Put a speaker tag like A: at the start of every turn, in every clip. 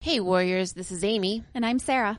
A: Hey, Warriors, this is Amy.
B: And I'm Sarah.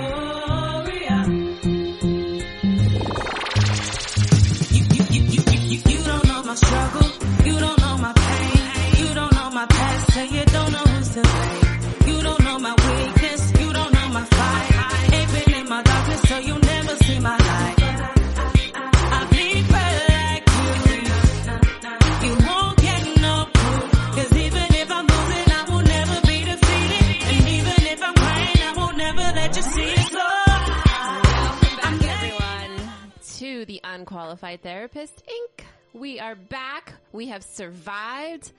C: Warrior. You, you, you, you, you, you, you don't know my struggle. You don't know my pain. You don't know my past, and you don't know who's to blame. You don't know my weakness. You don't know my fight. I ain't been in my darkness, so you never see my light. I bleed red like you. You won't get no proof. 'Cause even if I'm losing, I will never be defeated. And even if I'm crying, I will never let you see it. So I'm getting
A: Everyone, to The Unqualified Therapist, Inc. We are back. We have survived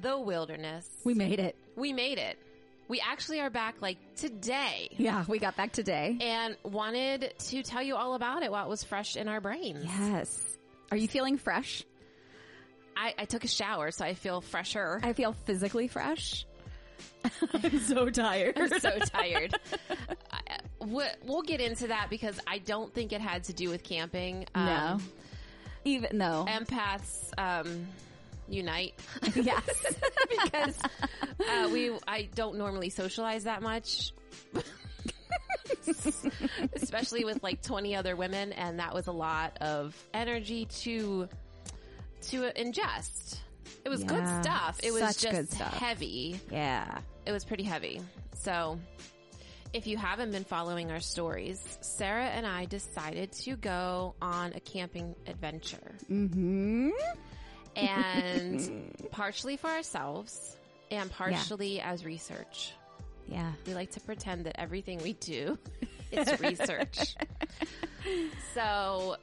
A: the wilderness.
B: We made it.
A: We made it. We actually are back like today.
B: Yeah, we got back today.
A: and wanted to tell you all about it while it was fresh in our brains.
B: Yes. Are you feeling fresh?
A: I, I took a shower, so I feel fresher.
B: I feel physically fresh. I'm so tired.
A: I'm so tired. I- we- We'll get into that because I don't think it had to do with camping. Um,
B: no. Even though.
A: Empaths um, unite
B: yes.
A: because uh, we I don't normally socialize that much. Especially with like 20 other women and that was a lot of energy to to ingest. It was good
B: Yeah,
A: stuff. It was
B: such
A: just
B: good stuff.
A: heavy.
B: yeah.
A: It was pretty heavy. So if you haven't been following our stories, Sarah and I decided to go on a camping adventure
B: Mm-hmm.
A: and partially for ourselves and partially as research.
B: Yeah.
A: We like to pretend that everything we do is research. so,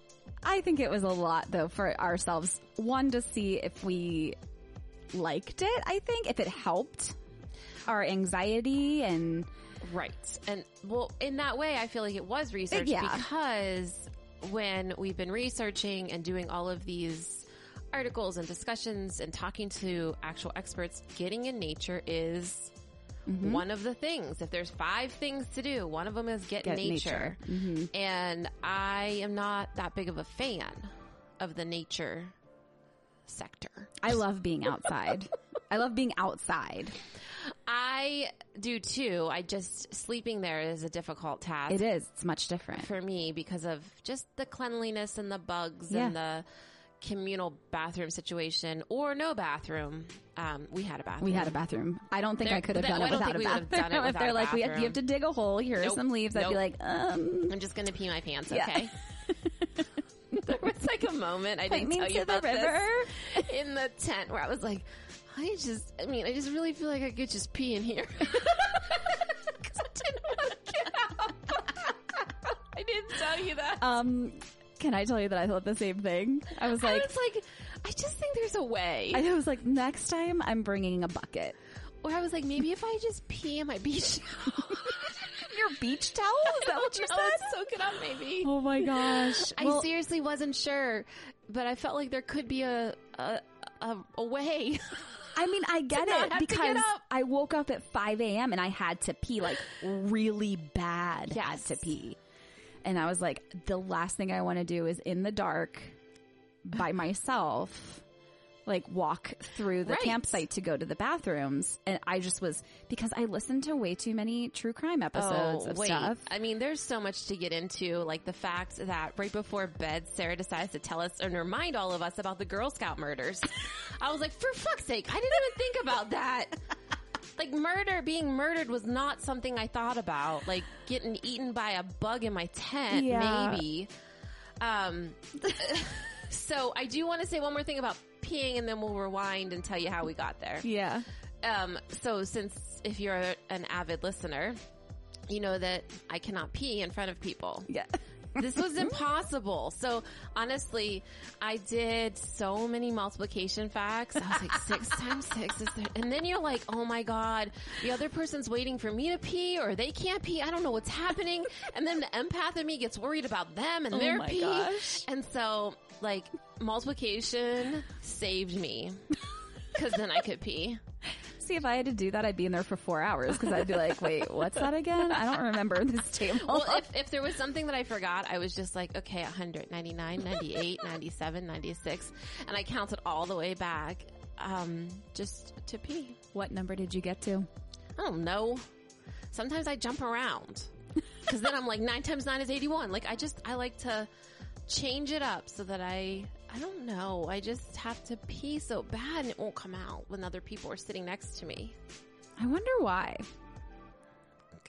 B: I think it was a lot though for ourselves. One to see if we liked it, I think, if it helped our anxiety and
A: right. And well, in that way, I feel like it was research
B: Yeah.
A: because when we've been researching and doing all of these articles and discussions and talking to actual experts, getting in nature is
B: Mm-hmm.
A: one of the things. If there's five things to do, one of them is get,
B: Get
A: in nature.
B: nature. Mm-hmm.
A: And I am not that big of a fan of the nature sector.
B: I love being outside. I love being outside.
A: I do too. I just sleeping there is a difficult task
B: It is. It's much different.
A: for me because of just the cleanliness and the bugs and the communal bathroom situation or no bathroom. Um, we had a bathroom.
B: We had a bathroom. I don't think
A: There-
B: I could have
A: that-
B: done
A: I
B: it
A: don't
B: without a
A: think we
B: bathroom.
A: would've done it
B: if
A: without
B: they're
A: a
B: like, we have,
A: bathroom.
B: you have to dig a hole. Here
A: Nope.
B: are some leaves. I'd be
A: Nope.
B: like, um,
A: I'm just gonna pee my pants.
B: Yeah.
A: Okay. there was like a moment I didn't
B: point me
A: tell you
B: to the
A: about this.
B: river.
A: in the tent where I was like, I just, I mean, I just really feel like I could just pee in here. 'Cause I didn't want to get out. I didn't tell you that.
B: Um, can I tell you that I thought the same thing? I was
A: I
B: like,
A: was like, I just think there's a way.
B: I was like, next time I'm bringing a bucket.
A: or I was like, maybe if I just pee in my beach towel.
B: Your beach towel? Is that what you
A: I'll
B: said?
A: soak it up maybe.
B: Oh my gosh.
A: I
B: Well,
A: seriously wasn't sure, but I felt like there could be a, a, a, a way.
B: I mean, I
A: not
B: get it
A: have to get
B: because
A: up.
B: I woke up at 5 a.m. and I had to pee like really bad.
A: Yes.
B: Had to pee. And I was like, the last thing I want to do is in the dark by myself, like walk through the
A: Right.
B: campsite to go to the bathrooms. And I just was, because I listened to way too many true crime episodes of
A: Oh, wait.
B: stuff.
A: I mean, there's so much to get into, like the fact that right before bed, Sarah decides to tell us and remind all of us about the Girl Scout murders. I was like, for fuck's sake, I didn't even think about that. Like murder, being murdered was not something I thought about. Like getting eaten by a bug in my tent,
B: Yeah.
A: maybe. Um, so I do want to say one more thing about peeing, and then we'll rewind and tell you how we got there
B: Yeah.
A: um, so since if you're an avid listener, you know that I cannot pee in front of people.
B: Yeah.
A: this was impossible. So honestly, I did so many multiplication facts. I was like, six times six is there. And then you're like, oh my God, the other person's waiting for me to pee or they can't pee. I don't know what's happening. And then the empath in me gets worried about them and their
D: Oh my
A: pee.
D: gosh.
A: And so like multiplication saved me because then I could pee.
B: See, if I had to do that, I'd be in there for four hours because I'd be like, wait, what's that again? I don't remember this table.
A: Well, if, if there was something that I forgot, I was just like, okay, 100, 99, 98, 97, 96. And I counted all the way back, um, just to pee.
B: what number did you get to?
A: I don't know. Sometimes I jump around. Cause then I'm like, nine times nine is 81. Like I just, I like to change it up so that I, I don't know. I just have to pee so bad and it won't come out when other people are sitting next to me.
B: I wonder why.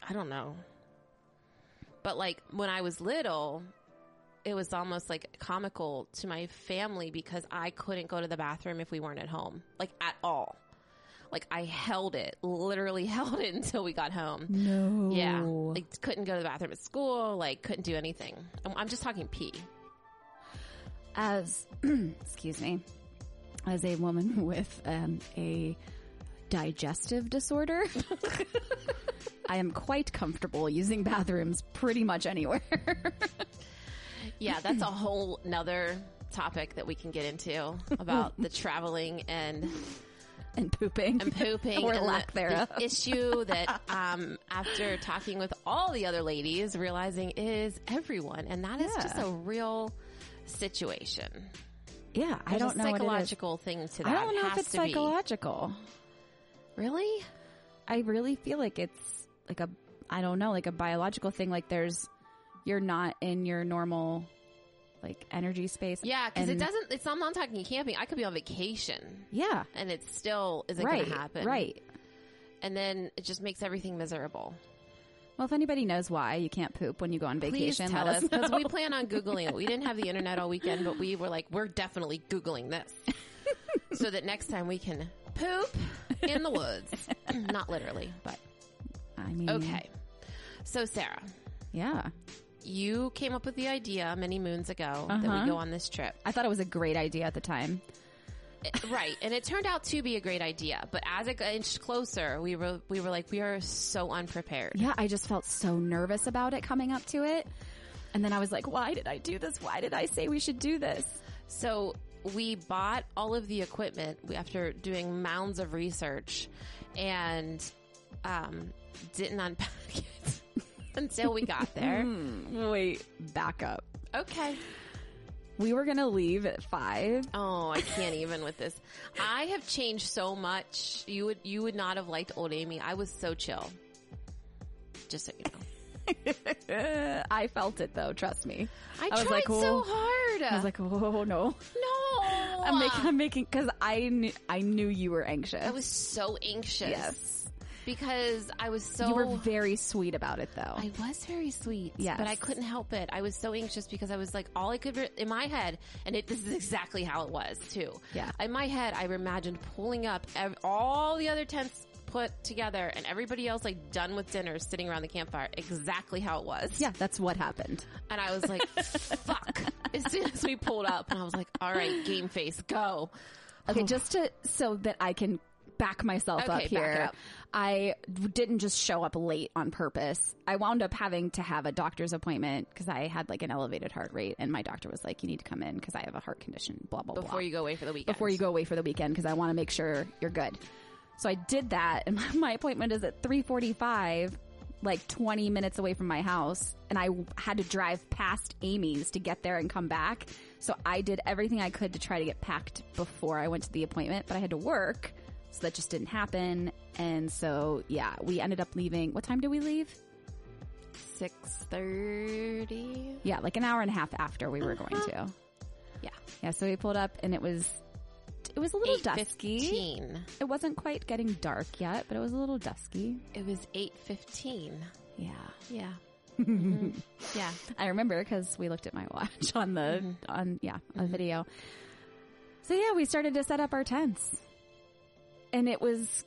A: I don't know. But like when I was little, it was almost like comical to my family because I couldn't go to the bathroom if we weren't at home, like at all. Like I held it, literally held it until we got home.
B: No.
A: Yeah. Like couldn't go to the bathroom at school, like couldn't do anything. I'm, I'm just talking pee.
B: as excuse me as a woman with um, a digestive disorder i am quite comfortable using bathrooms pretty much anywhere
A: Yeah, that's a whole nother topic that we can get into about the traveling and
B: and pooping
A: and pooping
B: or
A: and
B: lack
A: the,
B: thereof
A: the issue that um, after talking with all the other ladies realizing is everyone and that is
B: Yeah.
A: just a real situation
B: yeah i
A: There's
B: don't
A: a
B: know what it is.
A: psychological thing to
B: i
A: that
B: don't
A: It
B: know if
A: has
B: it's
A: to be.
B: psychological
A: really
B: i really feel like it's like a i don't know like a biological thing like there's you're not in your normal like energy space
A: yeah because it
B: And-
A: doesn't it's i'm not talking camping i could be on vacation
B: yeah
A: and it still isn't
B: right
A: gonna happen
B: right
A: and then it just makes everything miserable
B: Well, if anybody knows why you can't poop when you go on
A: please
B: vacation,
A: tell
B: let
A: us because we plan on googling it. We didn't have the internet all weekend, but we were like, we're definitely googling this so that next time we can poop in the woods. Not literally, but
B: I mean,
A: okay. So Sarah,
B: yeah.
A: you came up with the idea many moons ago that
B: Uh-huh.
A: we go on this trip,
B: I thought it was a great idea at the time.
A: It- right? And it turned out to be a great idea, but as it got inched closer, we were we were like, we are so unprepared.
B: Yeah, I just felt so nervous about it coming up to it, and then I was like, "Why did I do this? Why did I say we should do this?"
A: So we bought all of the equipment we- after doing mounds of research and um, didn't unpack it until we got there.
B: Wait, back up.
A: okay.
B: We were gonna leave at five.
A: Oh, I can't even with this. I have changed so much. You would you would not have liked old Amy. I was so chill. Just so you know.
B: I felt it though. Trust me.
A: I,
B: was
A: tried
B: like,
A: so
B: oh.
A: hard.
B: I was like, "Oh no."
A: no.
B: I'm making. I'm making because I knew I knew you were anxious.
A: I was so anxious
B: yes.
A: because I was so
B: You were very sweet about it though.
A: I was very sweet.
B: Yes.
A: But I couldn't help it. I was so anxious because I was like, all I could, re- in my head, and it, this is exactly how it was too.
B: Yeah.
A: In my head, I imagined pulling up ev- all the other tents put together and everybody else like done with dinner sitting around the campfire. Exactly how it was.
B: yeah, that's what happened.
A: And I was like, fuck. As soon as we pulled up and I was like, all right, game face, go.
B: Okay, just to so that I can back myself
A: Oh. Okay,
B: up
A: back
B: here.
A: it up.
B: I didn't just show up late on purpose. I wound up having to have a doctor's appointment because I had like an elevated heart rate, and my doctor was like, "You need to come in because I have a heart condition." Blah blah blah.
A: Before you go away for the weekend.
B: before you go away for the weekend because I want to make sure you're good. So I did that, and my, my appointment is at three forty-five, like twenty minutes away from my house, and I w- had to drive past Amy's to get there and come back. So I did everything I could to try to get packed before I went to the appointment, but I had to work, so that just didn't happen. And so yeah, we ended up leaving. What time did we leave?
A: 6.30.
B: Yeah, like an hour and a half after we were going to.
A: Yeah.
B: Yeah, so we pulled up, and it was it was a little dusky.
A: 8.15.
B: It wasn't quite getting dark yet, but it was a little dusky.
A: It was 8.15.
B: Yeah.
A: Yeah. Yeah.
B: I remember because we looked at my watch on the, on, yeah, on video. So yeah, we started to set up our tents and it was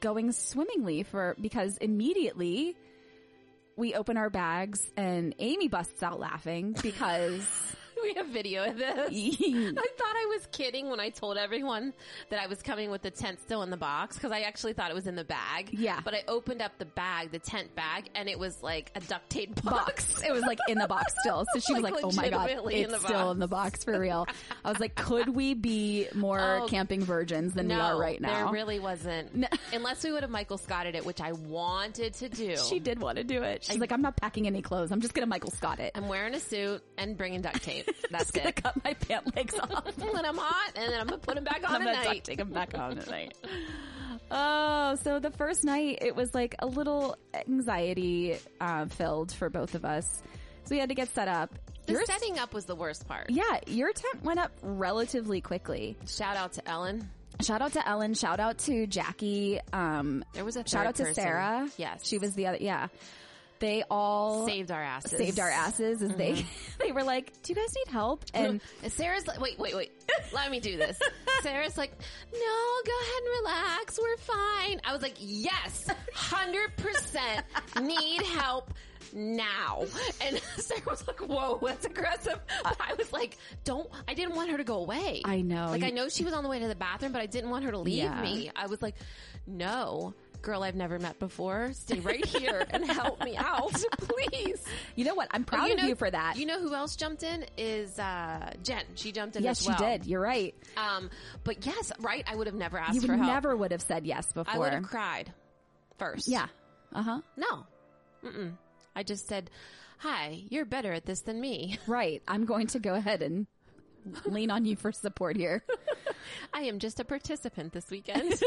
B: going swimmingly for, because immediately we open our bags and Amy busts out laughing because
A: We have video of this. I thought I was kidding when I told everyone that I was coming with the tent still in the box because I actually thought it was in the bag.
B: Yeah.
A: But I opened up the bag, the tent bag, and it was like a duct tape box.
B: box. It was like in the box still. So she was
A: Like,
B: like, "Oh my god,
A: legitimately in
B: it's
A: the
B: still
A: box."
B: in the box for real." I was like, "Could we be more
A: Oh,
B: camping virgins than we are right now?"
A: there really wasn't. Unless we would have Michael Scotted it, which I wanted to do.
B: she did want to do it. She's like, "I'm not packing any clothes. I'm just gonna Michael Scott it. I'm
A: I'm wearing a suit and bringing duct tape. That's
B: just gonna
A: it.
B: cut my pant legs off.
A: And then I'm hot, and then I'm gonna put them back
B: I'm
A: on
B: gonna
A: at
B: duct
A: night.
B: tape them back on tonight." Oh, so the first night it was like a little anxiety uh, filled for both of us. So we had to get set up.
A: The
B: Your-
A: setting up was the worst part.
B: yeah, your tent went up relatively quickly.
A: Shout out to Ellen.
B: Shout out to Ellen. Shout out to Jackie. Um,
A: There was a
B: shout
A: third
B: out to
A: person.
B: Sarah.
A: Yes,
B: she was the other. Yeah, they all
A: saved Mm-hmm. our asses.
B: saved our asses. As they they were like, "Do you guys need help?" And
A: Sarah's like, wait, wait, wait. Let me do this. Sarah's like, no, go ahead and relax. We're fine. I was like, yes, 100% need help now. And Sarah was like, whoa, that's aggressive. But I was like, don't, I didn't want her to go away.
B: Uh, I know.
A: Like,
B: You-
A: I know she was on the way to the bathroom, but I didn't want her to leave
B: Yeah.
A: me. I was like, no. Girl, I've never met before. Stay right here and help me out, please.
B: you know what? I'm proud
A: You
B: of
A: know-
B: you for that.
A: You know who else jumped in is uh, Jen. She jumped in.
B: yes,
A: as well.
B: she did. You're right.
A: Um, but yes, right. I would have never asked
B: You
A: for
B: would
A: help.
B: never would have said yes
A: I would
B: before.
A: have cried first.
B: Yeah. Uh huh.
A: No. Mm-mm. I just said, "Hi, you're better at this than me.
B: Right. I'm going to go ahead and lean on you for support here.
A: I am just a participant this weekend."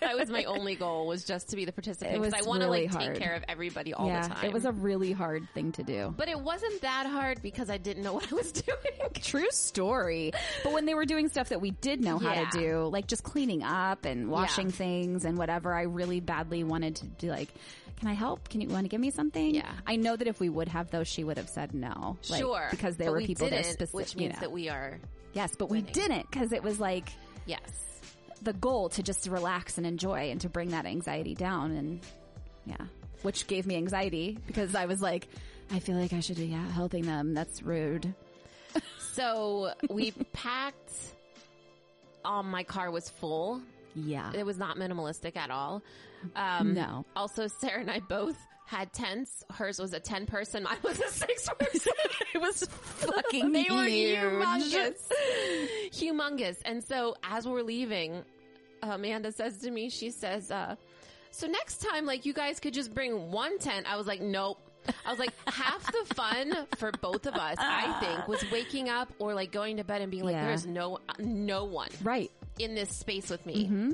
A: that was my only goal was just to be the participant
B: It
A: because I
B: was
A: want to
B: really
A: like
B: hard.
A: take care of everybody all
B: yeah,
A: the time.
B: it was a really hard thing to do.
A: but it wasn't that hard because I didn't know what I was doing.
B: True story. But when they were doing stuff that we did know how
A: Yeah.
B: to do, like just cleaning up and washing
A: Yeah. things
B: things and whatever, I really badly wanted to be like, can I help? Can you want to give me something?
A: Yeah.
B: I know that if we would have though, she would have said no. Like,
A: sure,
B: Because there
A: but
B: were
A: we
B: people
A: didn't,
B: that specific,
A: which
B: you
A: means
B: know.
A: that we are
B: yes, but we
A: winning.
B: didn't because it was like
A: yes.
B: the goal to just relax and enjoy and to bring that anxiety down. And yeah, which gave me anxiety because I was like, I feel like I should be yeah, helping them. That's rude.
A: So we packed. Um, my car was full.
B: Yeah.
A: It was not minimalistic at all. Um,
B: No.
A: Also, Sarah and I both had tents. Hers was a ten person. Mine was a six person.
B: It was fucking
A: they were humongous, humongous. And so, as we're leaving, Amanda says to me, she says, uh, "So next time, like you guys could just bring one tent." I was like, "Nope." I was like, half the fun for both of us, I think, was waking up or like going to bed and being like,
B: Yeah.
A: "There's no, no one."
B: Right.
A: in this space with me.
B: Mm-hmm.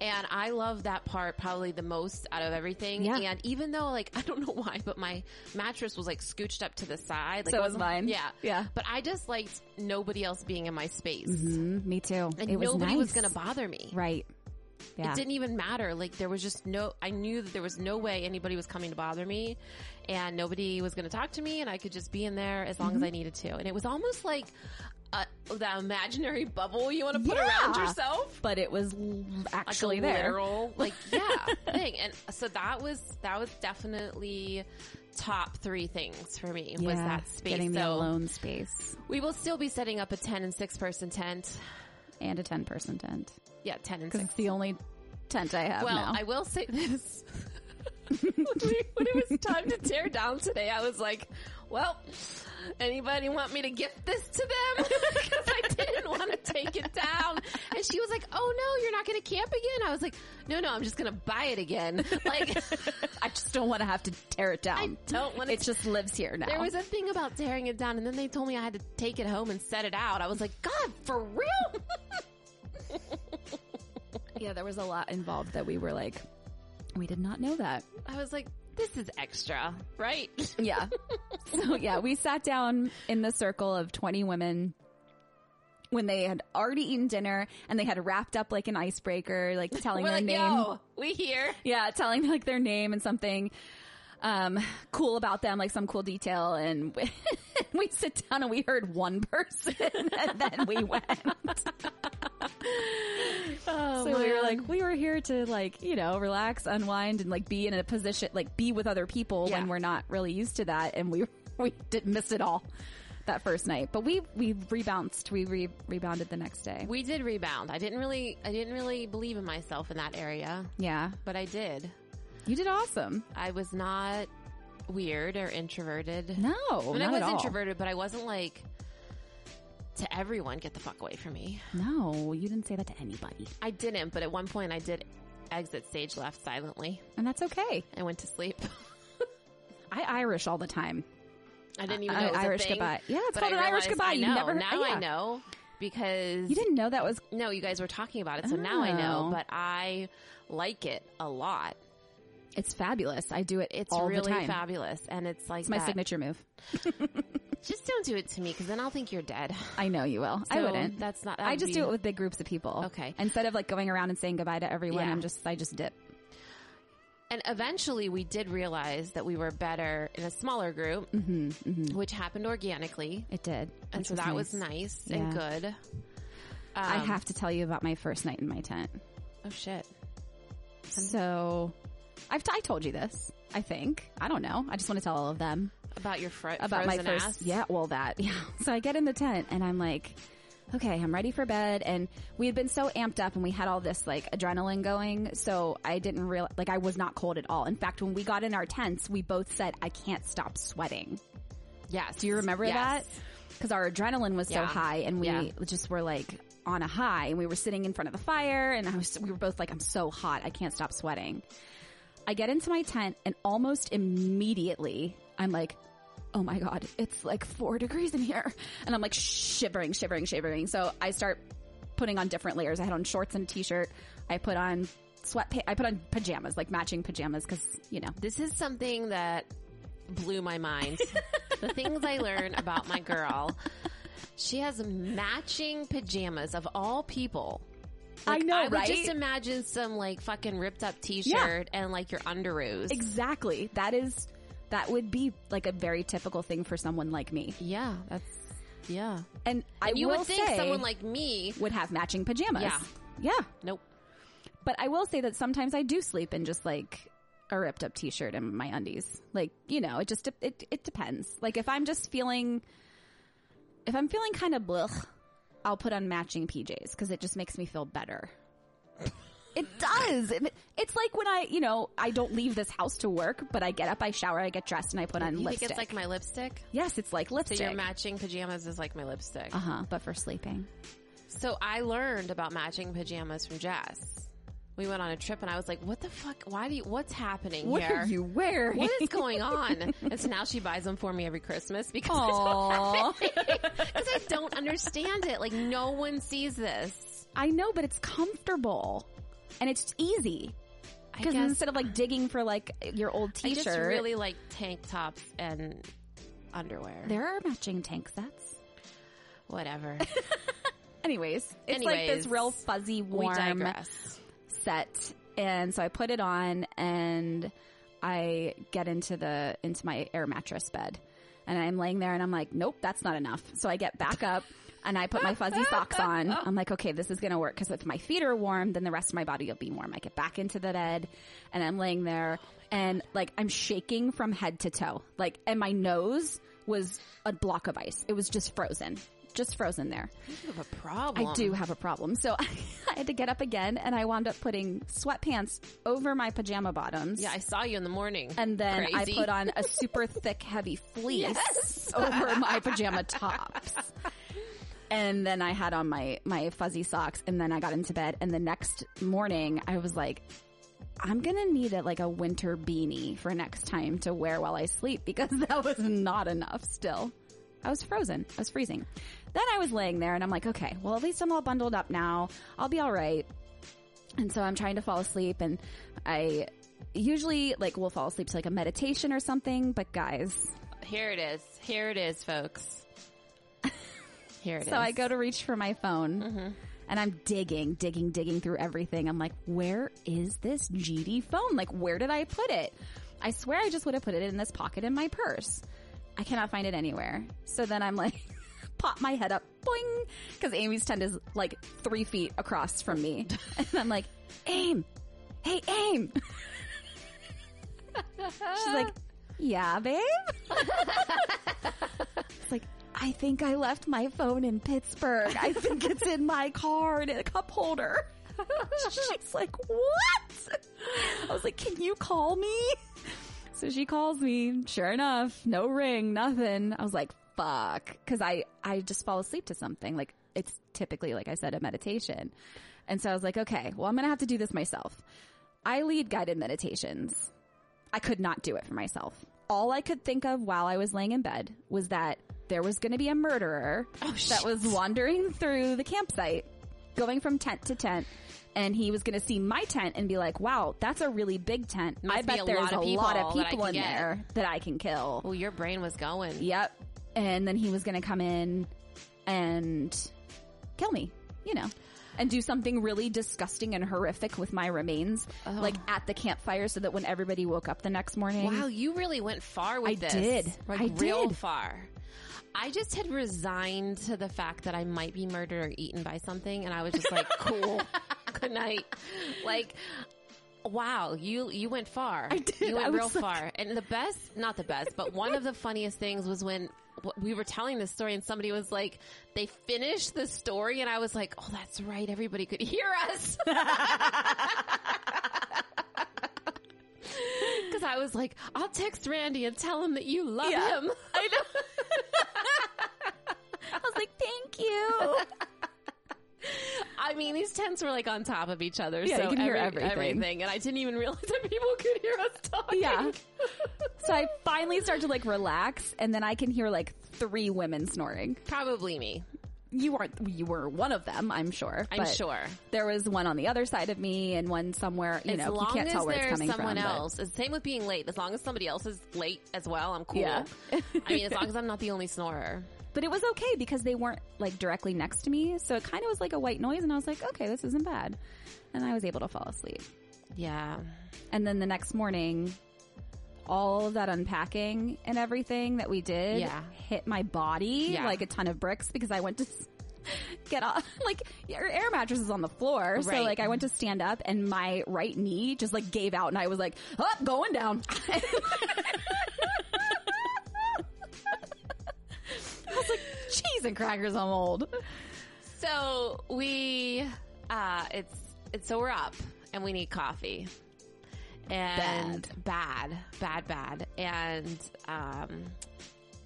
A: And I love that part probably the most out of everything.
B: Yeah.
A: And even though like, I don't know why, but my mattress was like scooched up to the side. Like,
B: So
A: it
B: was mine.
A: Yeah.
B: Yeah.
A: But I just liked nobody else being in my space.
B: Mm, me too.
A: And
B: it was
A: nobody
B: nice.
A: was going to bother me.
B: Right. Yeah.
A: It didn't even matter. Like there was just no, I knew that there was no way anybody was coming to bother me and nobody was going to talk to me and I could just be in there as
B: Mm-hmm.
A: long as I needed to. And it was almost like uh, that imaginary bubble you want to put around
B: Yeah.
A: yourself.
B: But it was l-
A: like
B: actually
A: a
B: there.
A: literal like yeah thing and so that was that was definitely top three things for me was
B: Yeah,
A: that space
B: Getting the
A: so
B: alone space
A: we will still be setting up a 10 and 6 person tent
B: and a ten person tent
A: yeah 10 and
B: because
A: 6
B: it's the only tent I have
A: well
B: now.
A: i will say this when we- when it was time to tear down today i was like well anybody want me to gift this to them because i didn't want to take it down and she was like oh no you're not going to camp again i was like no no i'm just going to buy it again like
B: I just don't want to have to tear it down.
A: don't wanna-
B: It just lives here now.
A: There was a thing about tearing it down, and then they told me I had to take it home and set it out. I was like, God, for real?
B: yeah, there was a lot involved that we were like, we did not know that.
A: I was like, this is extra, right?
B: Yeah. so yeah, we sat down in the circle of 20 women when they had already eaten dinner and they had wrapped up like an icebreaker, like telling
A: We're
B: their
A: like,
B: name.
A: yo, we here.
B: Yeah, telling like their name and something um cool about them, like some cool detail and we, we sit down and we heard one person and then we went.
A: Oh,
B: so we were like, we were here to like, you know, relax, unwind, and like be in a position, like be with other people
D: Yeah.
B: when we're not really used to that, and we we did miss it all that first night. But we we rebounced, we re- rebounded the next day.
A: We did rebound. I didn't really, I didn't really believe in myself in that area,
B: yeah,
A: but I did.
B: you did awesome.
A: I was not weird or introverted.
B: No,
A: I mean,
B: not
A: I was
B: at all.
A: introverted, but I wasn't like to everyone. Get the fuck away from me.
B: No, you didn't say that to anybody,
A: I didn't, but at one point I did exit stage left silently
B: and that's okay.
A: and went to sleep.
B: I Irish all the time.
A: I didn't even
B: I-
A: know it was
B: Irish
A: a thing,
B: goodbye. Yeah, it's
A: but
B: called
A: I
B: an Irish
A: realized-
B: goodbye.
A: I
B: You
A: know.
B: never-
A: now
B: yeah.
A: I know because
B: You didn't know that was
A: no, you guys were talking about it, so now I know.
B: Oh.
A: But I like it a lot.
B: it's fabulous. I do it.
A: It's
B: all
A: really
B: the time.
A: fabulous, and it's like
B: It's my
A: that-
B: signature move.
A: Just don't do it to me, because then I'll think you're dead.
B: I know you will. I
A: So
B: wouldn't.
A: That's not. that
B: I
A: would
B: just
A: be-
B: do it with big groups of people.
A: Okay.
B: Instead of like going around and saying goodbye to everyone,
A: Yeah.
B: I'm just I just dip.
A: And eventually, we did realize that we were better in a smaller group, which happened organically,
B: It
A: and
B: did. Mm-hmm, which
A: so that was nice and
B: Yeah.
A: good.
B: I
A: Um,
B: have to tell you about my first night in my tent.
A: Oh shit!
B: So I've t- I told you this. I think I don't know. I just want to tell all of them.
A: About your fro-
B: about my
A: frozen
B: first
A: ass.
B: yeah well that yeah so i get in the tent and i'm like okay i'm ready for bed and we had been so amped up and we had all this like adrenaline going so i didn't real like i was not cold at all in fact when we got in our tents we both said i can't stop sweating
A: Yes.
B: do you remember
A: Yes.
B: that because our adrenaline was so
A: Yeah.
B: high and we
A: Yeah.
B: just were like on a high and we were sitting in front of the fire and I was, we were both like i'm so hot i can't stop sweating i get into my tent and almost immediately i'm like oh my god it's like four degrees in here and i'm like shivering shivering shivering so i start putting on different layers i had on shorts and a t-shirt i put on sweat i put on pajamas like matching pajamas because you know
A: This is something that blew my mind. the things I learn about my girl. She has matching pajamas of all people.
B: i know
A: I would
B: right
A: just imagine some like fucking ripped up t-shirt and like your underoos.
B: Exactly. That is that would be like a very typical thing for someone like me.
A: yeah, that's yeah.
B: And I
A: You
B: will
A: would think
B: say
A: someone like me.
B: would have matching pajamas.
A: Yeah.
B: Yeah.
A: Nope.
B: But I will say that sometimes I do sleep in just like a ripped up t-shirt and my undies. Like, you know, it just de- it it depends. Like if I'm just feeling if I'm feeling kind of blech, I'll put on matching PJs cuz it just makes me feel better. It does. It- It's like when I, you know, I don't leave this house to work, but I get up, I shower, I get dressed, and I put on
A: You
B: lipstick.
A: think it's like my lipstick?
B: Yes, it's like
A: So
B: lipstick.
A: your matching pajamas is like my lipstick.
B: uh huh. But for sleeping.
A: So I learned about matching pajamas from Jess. We went on a trip and I was like, what the fuck? Why do you, what's happening here?
B: wearing?
A: what is going on? And so now she buys them for me every Christmas because I don't,
B: Aw.
A: because I don't understand it. Like no one sees this.
B: I know, but it's comfortable and it's easy
A: I
B: because
A: guess
B: instead of like digging for like your old
A: I
B: T-shirt,
A: just really like tank tops and underwear.
B: there are matching tank sets.
A: Whatever.
B: Anyways, it's like this
A: Anyways,
B: real fuzzy
A: we
B: warm
A: digress.
B: set, and so I put it on and I get into the into my air mattress bed. And I'm laying there and I'm like, nope, that's not enough. So I get back up and I put my fuzzy socks on. I'm like, okay, this is going to work because if my feet are warm, then the rest of my body will be warm. I get back into the bed and I'm laying there and like I'm shaking from head to toe. Like, and my nose was a block of ice. It was just frozen, just frozen there.
A: You have a problem.
B: I do have a problem. So I, had to get up again and I wound up putting sweatpants over my pajama bottoms.
A: Yeah, I saw you in the morning.
B: and then
A: Crazy.
B: I put on a super thick, heavy fleece over my pajama tops. And then I had on my, my fuzzy socks and then I got into bed and the next morning I was like, I'm gonna need a, like a winter beanie for next time to wear while I sleep because that was not enough still. I was frozen. I was freezing. Then I was laying there and I'm like, okay, well at least I'm all bundled up now. I'll be alright. And so I'm trying to fall asleep and I usually like will fall asleep to like a meditation or something, but guys,
A: Here it is. Here it is, folks. Here it is. Mm-hmm.
B: So I go to reach for my phone and I'm digging, digging, digging through everything. I'm like, where is this GD phone? Like, where did I put it? I swear I just would have put it in this pocket in my purse. I cannot find it anywhere. So then I'm like, pop my head up, boing, because Amy's tent is like three feet across from me. and I'm like, aim, hey, aim. She's like, yeah, babe. it's like, I think I left my phone in Pittsburgh. I think it's in my car in a cup holder. She's like, what? I was like, can you call me? So she calls me. Sure enough, no ring, nothing. I was like, fuck. Cause I, I just fall asleep to something. Like it's typically, like I said, a meditation. And so I was like, okay, well, I'm going to have to do this myself. I lead guided meditations. I could not do it for myself. All I could think of while I was laying in bed was that there was going to be a murderer that was wandering through the campsite, going from tent to tent, and he was going to see my tent and be like, "Wow, that's a really big tent. I
A: Must be
B: bet
A: a
B: there's
A: lot
B: a
A: of
B: lot of
A: people that I
B: people
A: can
B: in
A: get."
B: there that I can kill."
A: Well, your brain was going.
B: Yep. And then he was going to come in and kill me, you know, and do something really disgusting and horrific with my remains, like at the campfire, so that when everybody woke up the next morning,
A: Wow, you really went far with
B: I
A: this.
B: did.
A: Like
B: I
A: real
B: did.
A: far. I just had resigned to the fact that I might be murdered or eaten by something and I was just like, cool. Good night. Like Wow, you you went far. I
B: did.
A: You went
B: I
A: real
B: was like-
A: far. And the best, not the best, but one of the funniest things was when w- we were telling this story and somebody was like, they finished the story and I was like, oh, that's right. Everybody could hear us. Cause I was like, I'll text Randy and tell him that you love
B: Yeah.
A: him.
B: I know. I was like, thank you.
A: I mean, these tents were like on top of each other.
B: Yeah,
A: so
B: you can hear
A: every-
B: everything.
A: And I didn't even realize that people could hear us talking.
B: Yeah. So I finally start to like relax and then I can hear like three women snoring.
A: Probably me.
B: You weren't, you were one of them, I'm sure.
A: I'm
B: but
A: sure.
B: There was one on the other side of me and one somewhere, you
A: As
B: know, you
A: long
B: can't
A: as
B: tell where it's
A: there's
B: coming
A: someone
B: from. but-
A: else, it's the same with being late. As long as somebody else is late as well, I'm cool.
B: Yeah.
A: I mean, as long as I'm not the only snorer.
B: But it was okay because they weren't like directly next to me. So it kind of was like a white noise and I was like, okay, this isn't bad. And I was able to fall asleep.
A: Yeah.
B: And then the next morning, all of that unpacking and everything that we did
A: Yeah.
B: hit my body
A: Yeah.
B: like a ton of bricks because I went to s- get off. Like your air mattress is on the floor, so
A: Right.
B: like I went to stand up and my right knee just like gave out, and I was like, "Up, going down." I was like, "Cheese and crackers, I'm old."
A: So we, uh, it's, it's, so we're up and we need coffee. And bad, bad, bad. And, um,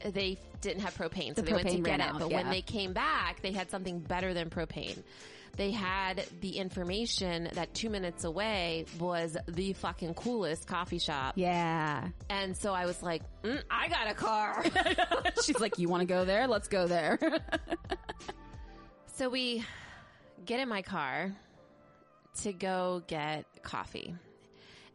A: they didn't have propane, so
B: The
A: they went to
B: propane
A: get
B: ran
A: it.
B: out,
A: but when
B: yeah.
A: they came back, they had something better than propane. They had the information that two minutes away was the fucking coolest coffee shop.
B: Yeah,
A: And so I was like, mm, I got a car.
B: she's like, "You want to go there? Let's go there."
A: so we get in my car to go get coffee.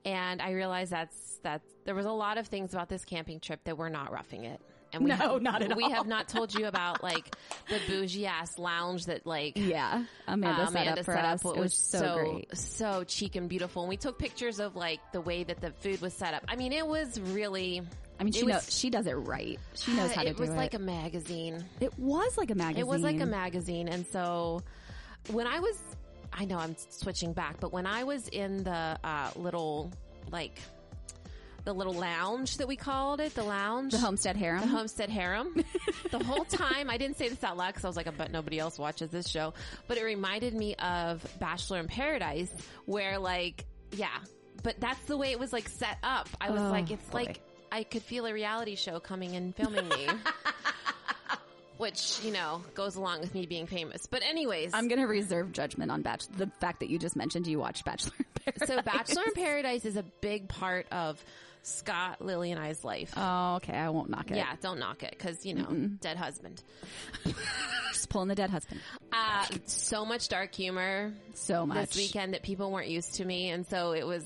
A: And I realized that's that there was a lot of things about this camping trip that we're not roughing it. And we
B: No,
A: have,
B: not at
A: we
B: all.
A: have not told you about like the bougie ass lounge that like
B: yeah, Amanda
A: uh,
B: set
A: Amanda
B: up for
A: set
B: us.
A: what
B: it was so great.
A: so cheap and beautiful. And we took pictures of like the way that the food was set up. I mean, it was really
B: I mean, she
A: It was-
B: knows she does it right. She knows how to
A: it
B: do
A: was
B: it.
A: like a magazine.
B: it was like a magazine.
A: It was like a magazine. And so when I was, I know I'm switching back, but when I was in the uh, little, like, the little lounge that we called it, the lounge.
B: the Homestead Harem.
A: the Homestead Harem. the whole time, I didn't say this out loud because I was like, I bet nobody else watches this show. But it reminded me of Bachelor in Paradise, where like, yeah, but that's the way it was like set up. I was
B: Oh,
A: like, it's
B: boy.
A: like I could feel a reality show coming and filming me. Which, you know, goes along with me being famous. But anyways.
B: I'm going to reserve judgment on Bachelor. The fact that you just mentioned you watched Bachelor. in Paradise.
A: so Bachelor in Paradise is a big part of Scott, Lily, and I's life.
B: Oh, okay. I won't knock it.
A: yeah, don't knock it, cause, you know, dead husband.
B: Just pulling the dead husband.
A: Uh, so much dark humor
B: So much.
A: this weekend that people weren't used to me, and so it was.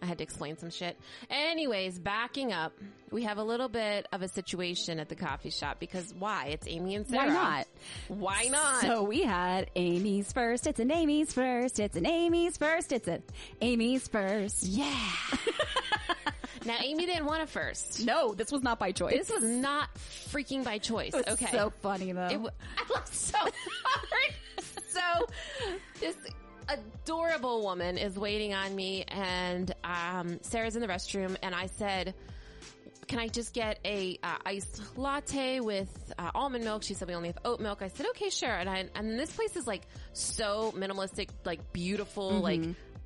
A: I had to explain some shit. Anyways, backing up, we have a little bit of a situation at the coffee shop because why? It's Amy and
B: Why
A: Sarah.
B: not?
A: Why not?
B: So we had Amy's first. It's an Amy's first. It's an Amy's first. It's an Amy's first.
A: yeah. Now, Amy didn't want it first.
B: No, this was not by choice.
A: This was not freaking by choice.
B: It's
A: okay.
B: so funny though.
A: It w- I laughed so hard. so this adorable woman is waiting on me, and um, Sarah's in the restroom, and I said. Can I just get a uh, iced latte with uh, almond milk? She said we only have oat milk. I said okay, sure. And I, and this place is like so minimalistic, like beautiful. Like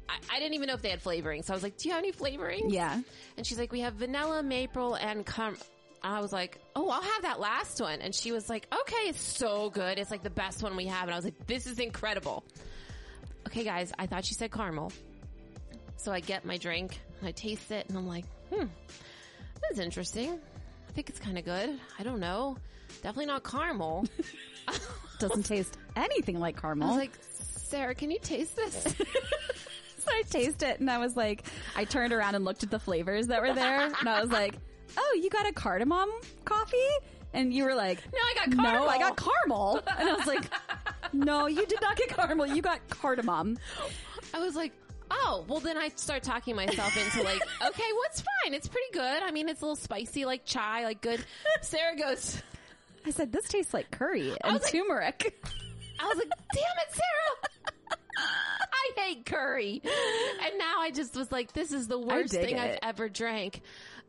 A: I, I didn't even know if they had flavoring, so I was like, "Do you have any flavoring?"
B: yeah.
A: And she's like, we have vanilla, maple, and cum. I was like, oh, I'll have that last one. And she was like, okay, it's so good. It's like the best one we have. And I was like, this is incredible. Okay, guys, I thought she said caramel. So I get my drink and I taste it and I'm like, hmm, this is interesting. I think it's kind of good. I don't know. Definitely not caramel.
B: Doesn't taste anything like caramel.
A: I was like, Sarah, can you taste this?
B: so I taste it and I was like, I turned around and looked at the flavors that were there and I was like, oh, you got a cardamom coffee? And you were like,
A: No, I got caramel.
B: No, I got caramel. And I was like, no, you did not get caramel. You got cardamom.
A: I was like, oh, well then I start talking myself into like, okay, what's fine. It's pretty good. I mean, it's a little spicy, like chai, like good. Sarah goes,
B: I said, this tastes like curry and
A: was like-
B: turmeric.
A: I was like, damn it, Sarah. I hate curry. And now I just was like, this is the worst
B: dig
A: thing I've
B: it.
A: ever drank.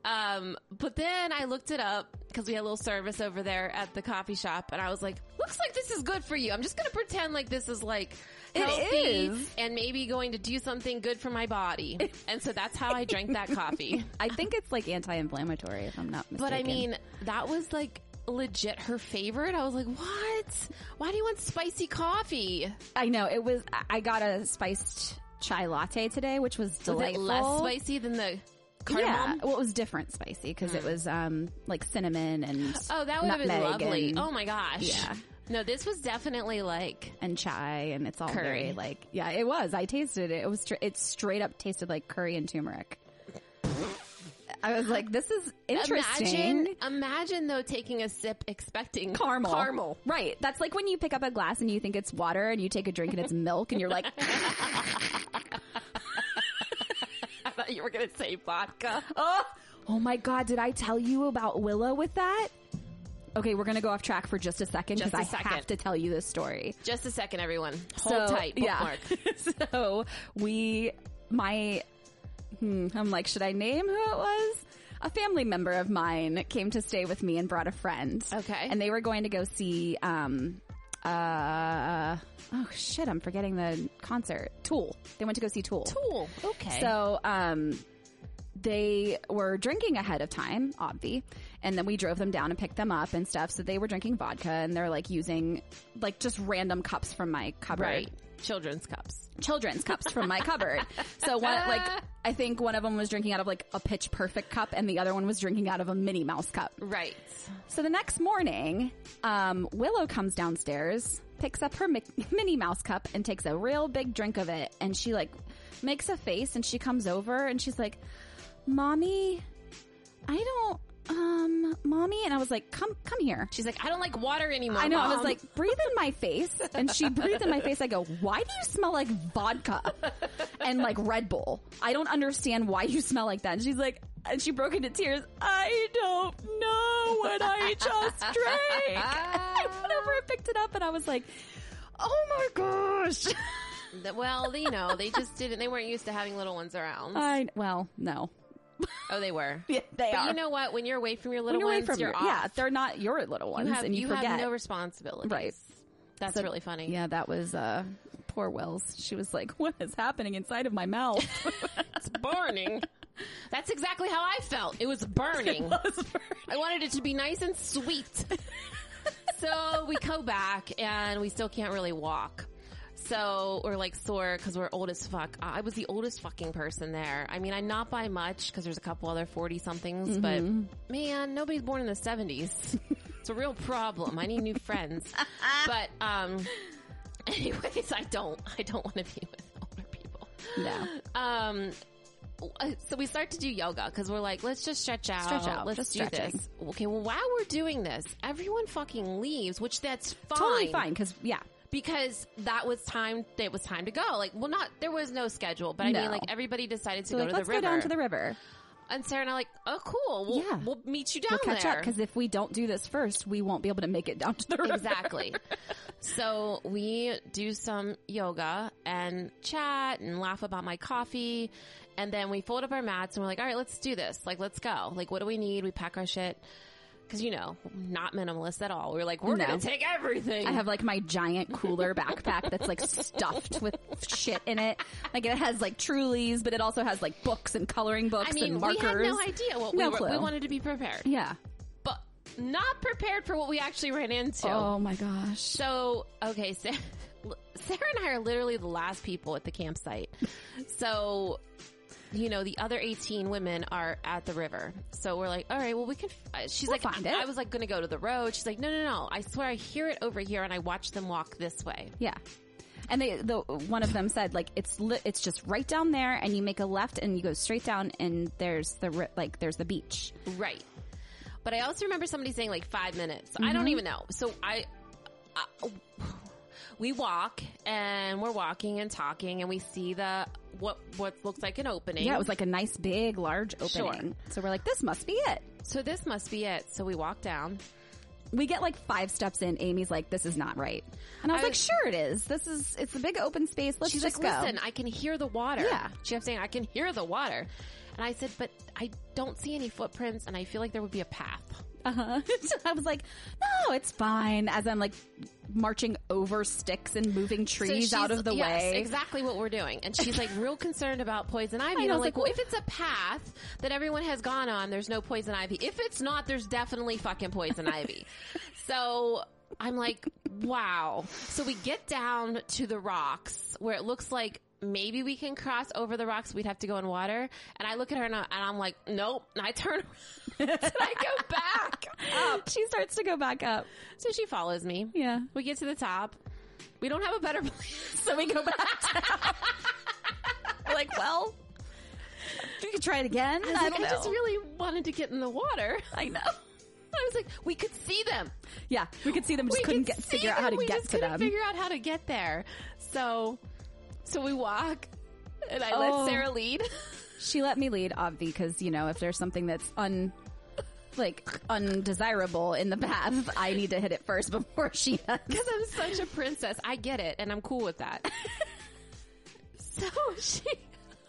A: Um, but then I looked it up because we had a little service over there at the coffee shop and I was like, looks like this is good for you. I'm just going to pretend like this is like healthy
B: is.
A: and maybe going to do something good for my body. and so that's how I drank that coffee.
B: I think it's like anti-inflammatory if I'm not mistaken.
A: But I mean, that was like legit her favorite. I was like, what? Why do you want spicy coffee?
B: I know it was, I- I got a spiced chai latte today, which was
A: Was it
B: delightful.
A: less spicy than the
B: Yeah,
A: cardamom?
B: well, it was different spicy because it was um like cinnamon and
A: Oh, that would have been
B: nutmeg
A: lovely.
B: and,
A: oh my gosh.
B: Yeah.
A: No, this was definitely like,
B: and chai, and it's all
A: Curry.
B: very like yeah, it was. I tasted it. It was tr- it straight up tasted like curry and turmeric. I was like, this is interesting.
A: imagine, imagine though taking a sip expecting
B: Caramel.
A: Caramel.
B: Right. That's like when you pick up a glass and you think it's water and you take a drink and it's milk and you're like,
A: I thought you were going to say vodka.
B: oh my God, did I tell you about Willow with that? Okay, we're going to go off track for just a second
A: Just
B: because
A: a
B: I
A: second.
B: have to tell you this story.
A: Just a second, everyone. Hold tight. Bookmark.
B: Yeah. so we, my, hmm, I'm like, should I name who it was? A family member of mine came to stay with me and brought a friend.
A: Okay.
B: And they were going to go see, um, uh, oh shit, I'm forgetting the concert. Tool. They went to go see Tool.
A: Cool. Okay.
B: So, um, they were drinking ahead of time, obvi, and then we drove them down and picked them up and stuff. So they were drinking vodka and they're like using like just random cups from my cupboard,
A: right. Children's cups.
B: children's cups from my cupboard. So one, like, I think one of them was drinking out of like a pitch perfect cup and the other one was drinking out of a Minnie Mouse cup.
A: Right.
B: So the next morning, um, Willow comes downstairs, picks up her Mic- Minnie Mouse cup and takes a real big drink of it. And she like makes a face and she comes over and she's like, mommy, I don't, um, mommy. And I was like, come, come here.
A: She's like, I don't like water anymore.
B: I know. I was
A: Mom."
B: like, breathe in my face. And she breathed in my face. I go, why do you smell like vodka and like Red Bull? I don't understand why you smell like that. And she's like, and she broke into tears. I don't know what I just drank. I went over and picked it up and I was like, oh my gosh.
A: Th- well, you know, they just didn't, they weren't used to having little ones around.
B: I, well, no.
A: oh, they were.
B: Uh, Yeah, they
A: But
B: are.
A: you know what? When you're away from your
B: When
A: little
B: you're away
A: ones,
B: from
A: you're
B: your,
A: off.
B: yeah, they're not your little ones
A: you have,
B: and you,
A: you
B: forget.
A: have no responsibility.
B: Right.
A: That's really funny.
B: yeah, that was, uh, poor Wills. She was like, what is happening inside of my mouth?
A: It's burning. That's exactly how I felt. It was burning. I wanted it to be nice and sweet. so we go back and we still can't really walk. So we're like sore because we're old as fuck. Uh, I was the oldest fucking person there. I mean, I not by much because there's a couple other 40 somethings, but man, nobody's born in the 70s. it's a real problem. I need new friends. but, um, anyways, I don't, I don't want to be with older people.
B: no.
A: Um, so we start to do yoga because we're like, let's just stretch out.
B: Stretch out,
A: Let's
B: just
A: do
B: stretching.
A: this. Okay. Well, while we're doing this, everyone fucking leaves, which that's fine.
B: totally fine because yeah
A: Because that was time, it was time to go. Like, well, not, there was no schedule, but I
B: No.
A: mean, like, everybody decided to
B: so
A: go
B: like
A: to
B: let's
A: the
B: go
A: river.
B: down to the river
A: And Sarah and I like, oh cool, we'll,
B: Yeah.
A: we'll meet you down
B: We'll catch
A: there.
B: up because if we don't do this first, we won't be able to make it down to the river.
A: Exactly. so we do some yoga and chat and laugh about my coffee. And then we fold up our mats and we're like, all right, let's do this. Like, let's go. Like, what do we need? We pack our shit. Cause you know, not minimalist at all. We were like, we're
B: No.
A: going to take everything.
B: I have like my giant cooler backpack that's like stuffed with shit in it. Like it has like Trulies, but it also has like books and coloring books
A: I mean,
B: and
A: we
B: markers.
A: had no idea what
B: No
A: we were,
B: clue.
A: we wanted to be prepared,
B: Yeah.
A: but not prepared for what we actually ran into.
B: Oh my gosh.
A: So, okay, Sarah, Sarah and I are literally the last people at the campsite. So, you know, the other 18 women are at the river. So we're like, all right, well, we can, f- uh, she's
B: We'll
A: like,
B: find
A: I,
B: it.
A: I was like going to go to the road. She's like, no, no, no. I swear I hear it over here and I watch them walk this way.
B: Yeah. And they, the one of them said like it's li- it's just right down there, and you make a left and you go straight down, and there's the ri- like there's the beach.
A: Right. But I also remember somebody saying like five minutes. I
B: Mm-hmm.
A: don't even know. So I, I, we walk and we're walking and talking and we see the, what, what looks like an opening.
B: Yeah, it was like a nice big large
A: Sure.
B: opening. So we're like, this must be it.
A: So this must be it. So we walk down.
B: We get like five steps in. Amy's like, this is not right, and I was
A: I-
B: like, sure it is. This is it's a big open space. Let's
A: She's
B: just
A: like,
B: go.
A: listen, I can hear the water.
B: Yeah.
A: She kept saying, I can hear the water. And I said, but I don't see any footprints and I feel like there would be a path.
B: Uh-huh. So I was like, no, it's fine. As I'm like marching over sticks and moving
A: So
B: trees
A: she's-
B: out of the
A: yes,
B: way.
A: Exactly what we're doing. And she's like real concerned about poison ivy. And
B: I
A: I'm
B: was
A: like,
B: like,
A: well, if it's a path that everyone has gone on, there's no poison ivy. If it's not, there's definitely fucking poison ivy. So I'm like, wow. So we get down to the rocks where it looks like maybe we can cross over the rocks. We'd have to go in water. And I look at her and, I, and I'm like, nope. And I turn and I go back up.
B: She starts to go back up.
A: So she follows me.
B: Yeah.
A: We get to the top. We don't have a better place.
B: So we go back down. like, well, we could try it again. I,
A: I, was like,
B: don't
A: I
B: know.
A: just really wanted to get in the water.
B: I know.
A: I was like, we could see them.
B: Yeah, we could see them. Just
A: we
B: couldn't
A: could
B: get,
A: see
B: figure out how
A: them.
B: to
A: we
B: get
A: just
B: to
A: couldn't
B: them.
A: Figure out how to get there. So, so we walk, and I
B: Oh.
A: let Sarah lead.
B: she let me lead, obvi, because you know if there's something that's un. Like undesirable in the path, I need to hit it first before she does.
A: Because I'm such a princess, I get it, and I'm cool with that. so she,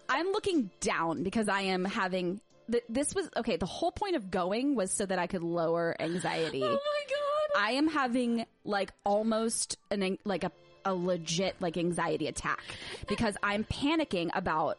B: I'm looking down because I am having th- this was okay. The whole point of going was so that I could lower anxiety.
A: oh my god,
B: I am having like almost an an- like a a legit like anxiety attack because I'm panicking about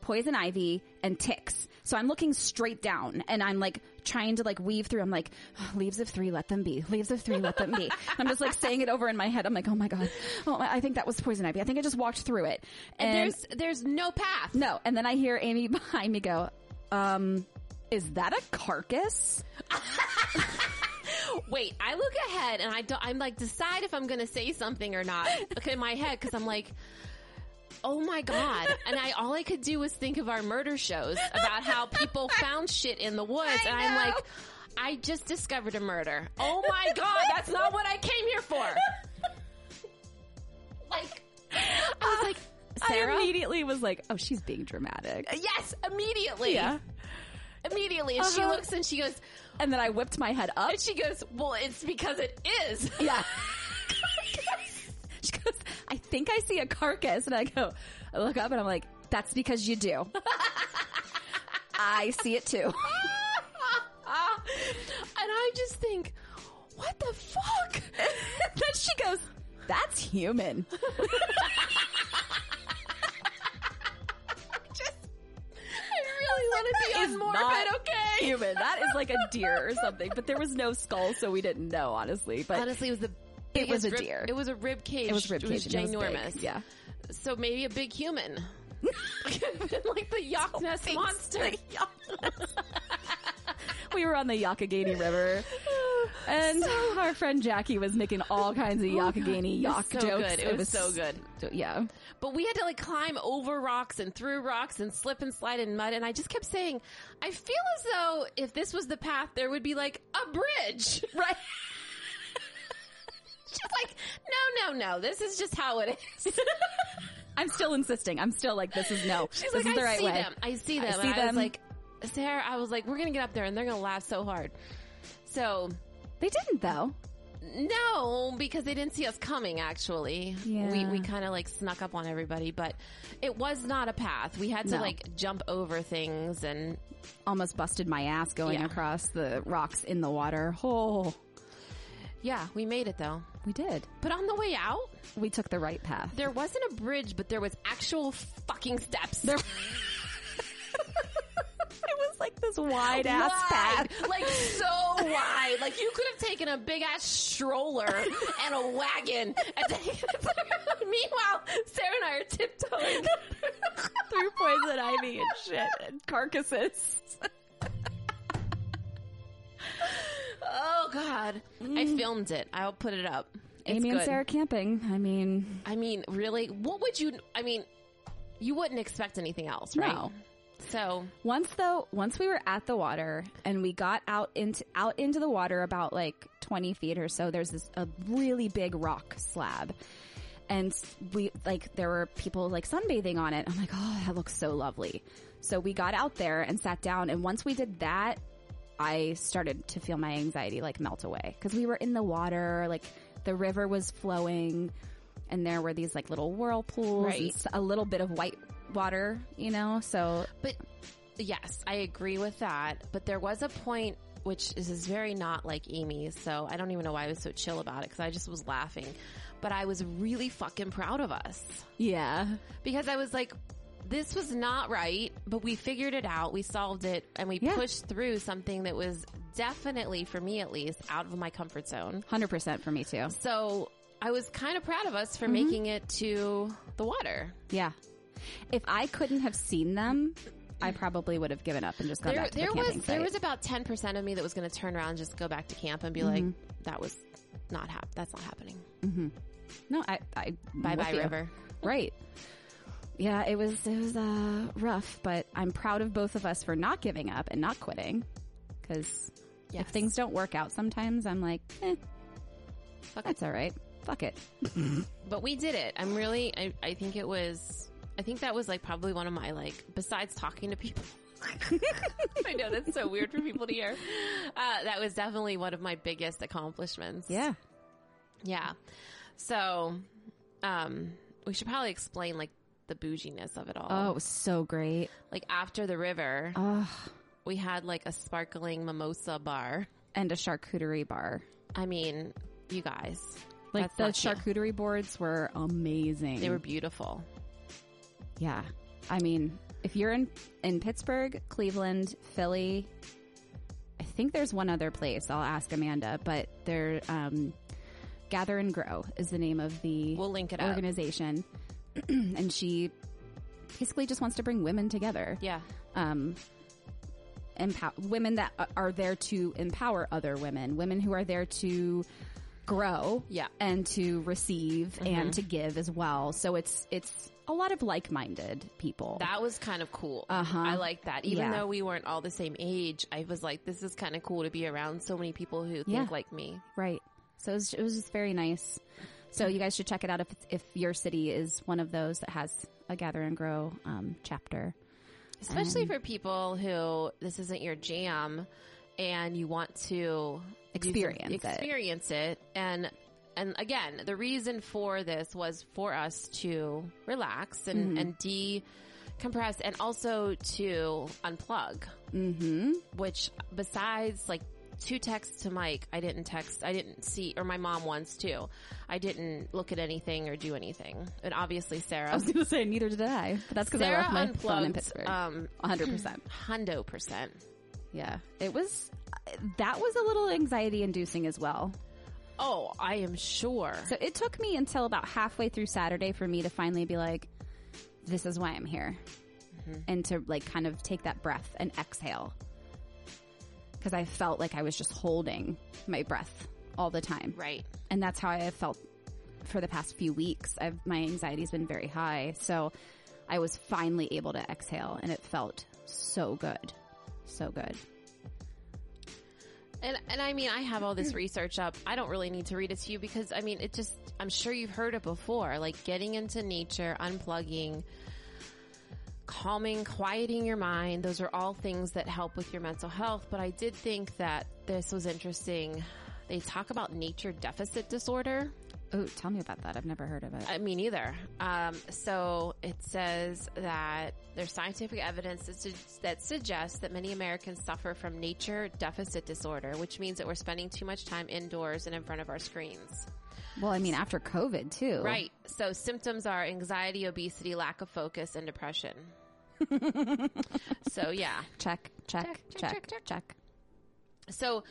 B: poison ivy and ticks. So I'm looking straight down and I'm like trying to like weave through. I'm like leaves of three, let them be. Leaves of three, let them be. I'm just like saying it over in my head. I'm like, oh my god, oh my, I think that was poison ivy. I think I just walked through it. And,
A: there's there's no path.
B: no, and then I hear Amy behind me go, um, is that a carcass?
A: Wait, I look ahead and I don't, I'm like, decide if I'm gonna say something or not okay, in my head because I'm like, oh my god. And I, all I could do was think of our murder shows about how people found shit in the woods
B: I
A: and I'm
B: know.
A: like, I just discovered a murder. Oh my god, that's not what I came here for. Like, I was like, Sarah?
B: I immediately was like, oh, she's being dramatic.
A: yes, immediately. Immediately. And she
B: Uh-huh.
A: looks and she goes,
B: And then I whipped my head up.
A: and she goes, well, it's because it is.
B: Yeah. she goes, I think I see a carcass. And I go, I look up and I'm like, that's because you do. I see it too.
A: Ah, and I just think, what the fuck?
B: then she goes, that's human.
A: I really want to be
B: That is
A: on Morbid,
B: not
A: okay?
B: Human. That is like a deer or something. But there was no skull, so we didn't know, honestly. But
A: Honestly, it was the
B: It was
A: biggest
B: a
A: rib-
B: deer.
A: It was a rib cage.
B: it was rib cage.
A: It was ginormous.
B: Yeah.
A: So maybe a big human. Could've been like the Yak Ness monster.
B: we were on the Yakagani River. And our friend Jackie was making all kinds of Yakagani
A: Oh, It
B: yak
A: was so
B: jokes.
A: good. It, was, so good.
B: so- Yeah.
A: But we had to like climb over rocks and through rocks and slip and slide in mud. And I just kept saying, I feel as though if this was the path, there would be like a bridge.
B: Right.
A: She's like, no, no, no. This is just how it is.
B: I'm still insisting. I'm still like, this is no.
A: She's
B: this
A: like,
B: is the
A: I
B: right
A: see
B: way.
A: them. I see them.
B: I see
A: and I was
B: them.
A: like, Sarah, I was like, we're gonna get up there and they're gonna laugh so hard. So
B: They didn't though.
A: no, because they didn't see us coming. Actually,
B: Yeah.
A: we we kind of like snuck up on everybody, but it was not a path. We had to
B: No.
A: like jump over things, and
B: Almost busted my ass going
A: Yeah.
B: across the rocks in the water. Oh,
A: yeah, we made it though.
B: we did.
A: But on the way out,
B: We took the right path.
A: there wasn't a bridge, but there was actual fucking steps.
B: There- it was like this wide ass
A: Wide.
B: path.
A: Like so wide. Like you could have taken a big ass stroller and a wagon and taken it through. Meanwhile, Sarah and I are tiptoeing.
B: through poison ivy and shit and carcasses.
A: Oh God. I filmed it. I'll put it up. It's
B: Mm. Amy and
A: good.
B: Sarah camping. I mean,
A: I mean, really? What would you I mean, you wouldn't expect anything else, right?
B: no.
A: So
B: Once though, once we were at the water and we got out into out into the water about like twenty feet or so, there's this a really big rock slab, and we like there were people like sunbathing on it. I'm like, oh, that looks so lovely. So we got out there and sat down, and once we did that, I started to feel my anxiety like melt away because we were in the water, like the river was flowing, and there were these like little whirlpools, and
A: Right.
B: s- a little bit of white water, you know. So
A: But yes, I agree with that. But there was a point which is, is very not like Amy, so I don't even know why I was so chill about it because I just was laughing. But I was really fucking proud of us
B: yeah,
A: because I was like, this was not right, but we figured it out, we solved it, and we
B: Yeah.
A: pushed through something that was definitely, for me at least, out of my comfort zone.
B: Hundred percent for me too.
A: So I was kind of proud of us for making it to the water.
B: Yeah. If I couldn't have seen them, I probably would have given up and just gone
A: there,
B: back to
A: there
B: the
A: was
B: camping
A: there
B: site.
A: was about ten percent of me that was going to turn around and just go back to camp and be
B: Mm-hmm.
A: like, that was not hap- that's not happening.
B: no, I, I
A: Bye
B: I'm
A: bye
B: with you.
A: river.
B: Right. Yeah, it was it was uh, rough, but I'm proud of both of us for not giving up and not quitting. Because
A: Yes.
B: if things don't work out, sometimes I'm like, eh,
A: Fuck it.
B: that's all right. Fuck it.
A: But we did it. I'm really. I, I think it was. I think that was like probably one of my like. Besides talking to people. I know that's so weird for people to hear. Uh, that was definitely one of my biggest accomplishments.
B: Yeah.
A: Yeah. So, um, we should probably explain like the bouginess of it all.
B: Oh, it was so great.
A: Like after the river,
B: Ugh.
A: we had like a sparkling mimosa bar.
B: And a charcuterie bar.
A: I mean, you guys,
B: Like
A: That's
B: the
A: not
B: charcuterie boards were amazing.
A: they were beautiful.
B: Yeah. I mean, if you're in in Pittsburgh, Cleveland, Philly, I think there's one other place. I'll ask Amanda, but they're um, Gather and Grow is the name of the
A: We'll link it up.
B: organization, and she basically just wants to bring women together,
A: Yeah.
B: um, empower women that a- are there to empower other women, women who are there to grow,
A: Yeah. Mm-hmm.
B: and to receive and to give as well. So it's it's a lot of like-minded people.
A: That was kind of cool.
B: Uh-huh.
A: I like that. Even
B: Yeah.
A: though we weren't all the same age, I was like, this is kind of cool to be around so many people who think
B: Yeah.
A: like me.
B: Right. So it was, it was just very nice. So you guys should check it out if it's- if your city is one of those that has a gather and grow um, chapter.
A: Especially
B: Mm-hmm.
A: for people who this isn't your jam and you want to do some-
B: Experience it.
A: experience it. And, and again, the reason for this was for us to relax and,
B: Mm-hmm.
A: and decompress and also to unplug.
B: Mm-hmm.
A: which besides like two texts to Mike, I didn't text, I didn't see, or my mom once too. I didn't look at anything or do anything. And obviously
B: I
A: Sarah.
B: was going to say neither did I, but that's because I
A: Sarah
B: left my phone in
A: unplugged,
B: Pittsburgh.
A: um,
B: hundred percent.
A: Hundo percent.
B: Yeah, it was. That was a little anxiety inducing as well.
A: Oh, I am sure.
B: So it took me until about halfway through Saturday for me to finally be like, "This is why I'm here,"
A: Mm-hmm.
B: and to like kind of take that breath and exhale because I felt like I was just holding my breath all the time.
A: right.
B: and that's how I have felt for the past few weeks. I've my anxiety's been very high, so I was finally able to exhale, and it felt so good, so good.
A: And, and I mean, I have all this research up. I don't really need to read it to you because I mean, it just, I'm sure you've heard it before, like getting into nature, unplugging, calming, quieting your mind. Those are all things that help with your mental health. But I did think that this was interesting. They talk about nature deficit disorder.
B: Oh, tell me about that. I've never heard of it.
A: I mean, either. Uh, Um, so it says that there's scientific evidence that, su- that suggests that many Americans suffer from nature deficit disorder, which means that we're spending too much time indoors and in front of our screens.
B: well, I mean, after COVID too.
A: Right. So symptoms are anxiety, obesity, lack of focus, and depression. so yeah.
B: Check, check,
A: Check,
B: check,
A: check,
B: check,
A: check, So,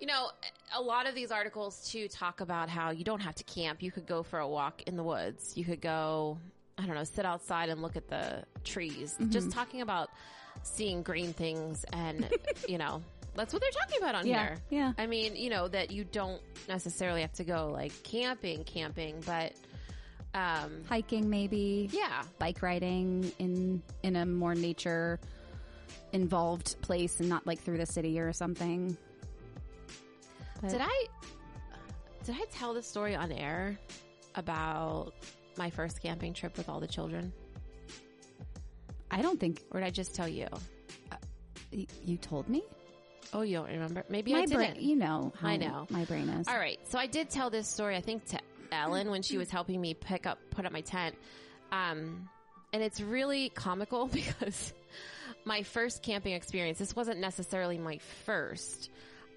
A: you know, a lot of these articles too talk about how you don't have to camp. You could go for a walk in the woods. You could go, I don't know, sit outside and look at the trees.
B: Mm-hmm.
A: Just talking about seeing green things and, you know, that's what they're talking about on
B: Yeah,
A: here.
B: yeah.
A: I mean, you know, that you don't necessarily have to go like camping, camping, but, um,
B: Hiking maybe.
A: yeah,
B: Bike riding in in a more nature involved place and not like through the city or something. But-
A: Did I did I tell the story on air about my first camping trip with all the children?
B: I don't think
A: Or did I just tell you?
B: y- you told me.
A: Oh, you don't remember? Maybe I
B: my brain,
A: didn't.
B: you know, how
A: I know.
B: my brain is.
A: all right, so I did tell this story. I think to Ellen when she was helping me pick up, put up my tent, um, and it's really comical because my first camping experience. This wasn't necessarily my first.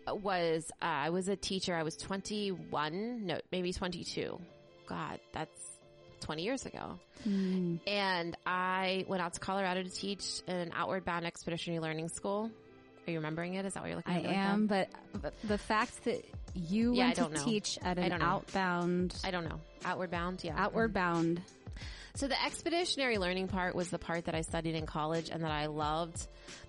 A: Was uh, I was a teacher. I was twenty one, no, maybe twenty two. God, that's twenty years ago.
B: Mm,
A: And I went out to Colorado to teach in an outward bound expeditionary learning school. Are you remembering it? Is that what you're looking
B: I
A: at? me like that?
B: am, but, but the fact that you
A: Yeah,
B: went
A: I don't
B: to
A: know.
B: teach at
A: I
B: an
A: don't know.
B: outbound,
A: I don't know. Outward bound, yeah.
B: outward bound.
A: So the expeditionary learning part was the part that I studied in college and that I loved.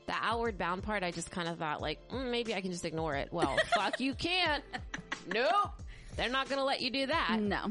A: The outward bound part, I just kind of thought like, mm, maybe I can just ignore it. Well, fuck, you can't. Nope. They're not going to let you do that.
B: No,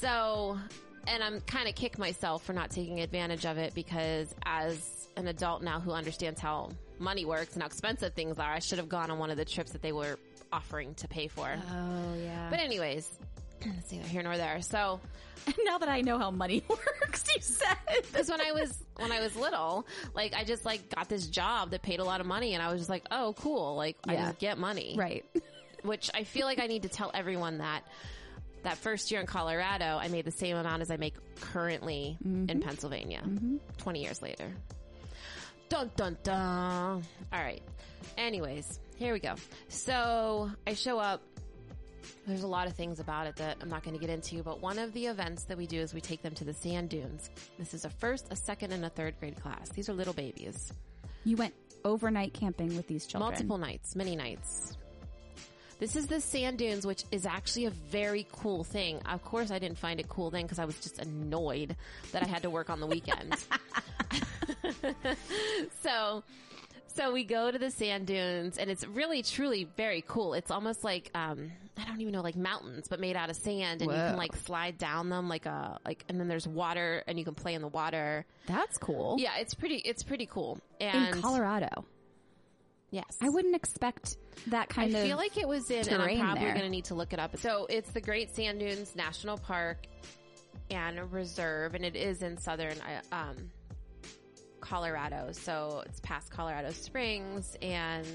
A: So, and I'm kind of kick myself for not taking advantage of it because as an adult now who understands how money works and how expensive things are, I should have gone on one of the trips that they were offering to pay for.
B: oh yeah.
A: but anyways, it's neither here nor there. So,
B: now that I know how money works, you said.
A: because when I was when I was little, like I just like got this job that paid a lot of money, and I was just like, oh, cool, like I
B: Yeah.
A: just get money,
B: Right.
A: Which I feel like I need to tell everyone that that first year in Colorado, I made the same amount as I make currently in Pennsylvania, twenty years later. Dun dun dun. All right. Anyways, here we go. So I show up. There's a lot of things about it that I'm not going to get into, but one of the events that we do is we take them to the sand dunes. This is a first, a second, and a third grade class. These are little babies.
B: You went overnight camping with these children.
A: Multiple nights, many nights. This is the sand dunes, which is actually a very cool thing. Of course, I didn't find it cool then because I was just annoyed that I had to work on the weekend. so, so we go to the sand dunes, and it's really, truly very cool. It's almost like um, I don't even know, like mountains, but made out of sand, and you can
B: Whoa.
A: like slide down them, like a like, and then there's water, and you can play in the water.
B: That's cool.
A: Yeah, it's pretty, it's pretty cool. And
B: In Colorado,
A: yes,
B: I wouldn't expect that
A: I
B: kind of.
A: feel like it was in, and I'm
B: terrain
A: probably
B: there.
A: going to need to look it up. So it's the Great Sand Dunes National Park and Reserve, and it is in southern uh, um, Colorado. So it's past Colorado Springs, and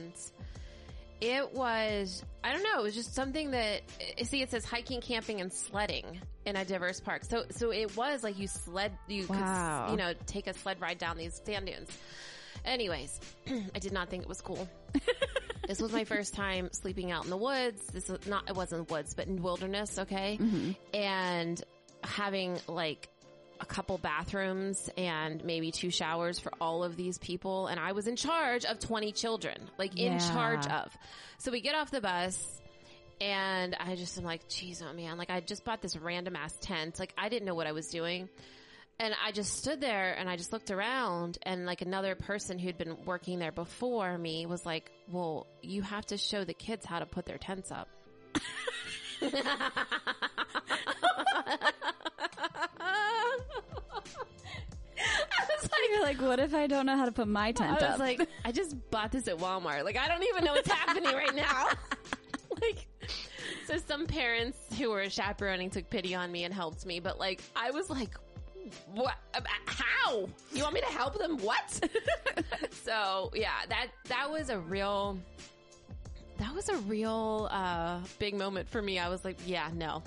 A: it was I don't know. It was just something that I- see. It says hiking, camping, and sledding in a diverse park. So so it was like you sled. You
B: Wow.
A: could you know take a sled ride down these sand dunes. Anyways, I did not think it was cool. This was my first time sleeping out in the woods. This was not, it wasn't woods, but in wilderness. Okay. And having like a couple bathrooms and maybe two showers for all of these people. And I was in charge of 20 children, like in
B: Yeah.
A: charge of. So we get off the bus and I just am like, geez, oh man, like I just bought this random ass tent. Like I didn't know what I was doing. And I just stood there and I just looked around and like another person who'd been working there before me was like, well, you have to show the kids how to put their tents up.
B: You're like, what if I don't know how to put my tent
A: I
B: up?
A: was like, I just bought this at Walmart. Like, I don't even know what's happening right now. like, so some parents who were chaperoning took pity on me and helped me, but like, I was like, what? Uh, How? no, you want me to help them? What? so yeah, that that was a real that was a real uh, big moment for me. I was like, yeah, no.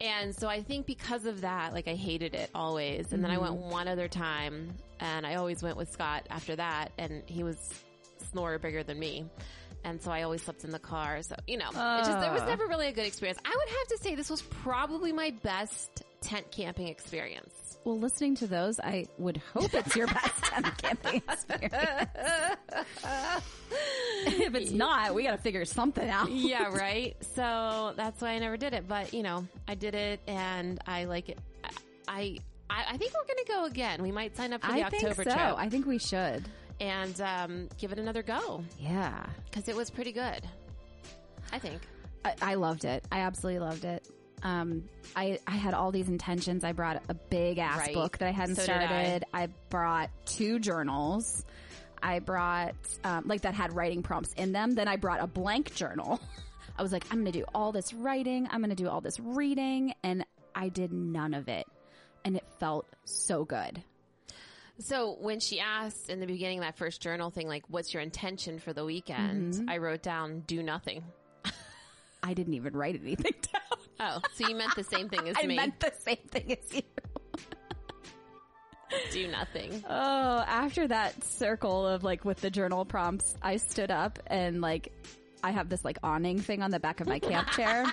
A: And so I think because of that, like I hated it always. And then I went one other time and I always went with Scott after that and he was snorer bigger than me. And so I always slept in the car. So, you know, it just, there was
B: Ah.
A: never really a good experience. I would have to say this was probably my best tent camping experience.
B: Well, listening to those, I would hope it's your best time camping experience. if it's not, we got to figure something out.
A: yeah, right. So that's why I never did it. But you know, I did it, and I like it. I I, I think we're gonna go again. We might sign up for the
B: I think
A: October
B: so.
A: trip
B: I think we should.
A: and um, give it another go
B: Yeah.
A: because it was pretty good. I think.
B: I, I loved it. I absolutely loved it. Um, I, I had all these intentions. I brought a big ass
A: Right.
B: book that I hadn't
A: So did I.
B: started. I. brought two journals. I brought, um, like that had writing prompts in them. Then I brought a blank journal. I was like, I'm going to do all this writing. I'm going to do all this reading. And I did none of it. And it felt so good.
A: So when she asked in the beginning of that first journal thing, like, "What's your intention for the weekend?"
B: Mm-hmm.
A: I wrote down, "Do nothing."
B: I didn't even write anything down.
A: Oh, so you meant the same thing as
B: I
A: me.
B: meant the same thing as you.
A: Do nothing.
B: Oh, after that circle of like with the journal prompts, I stood up and like I have this like awning thing on the back of my camp chair.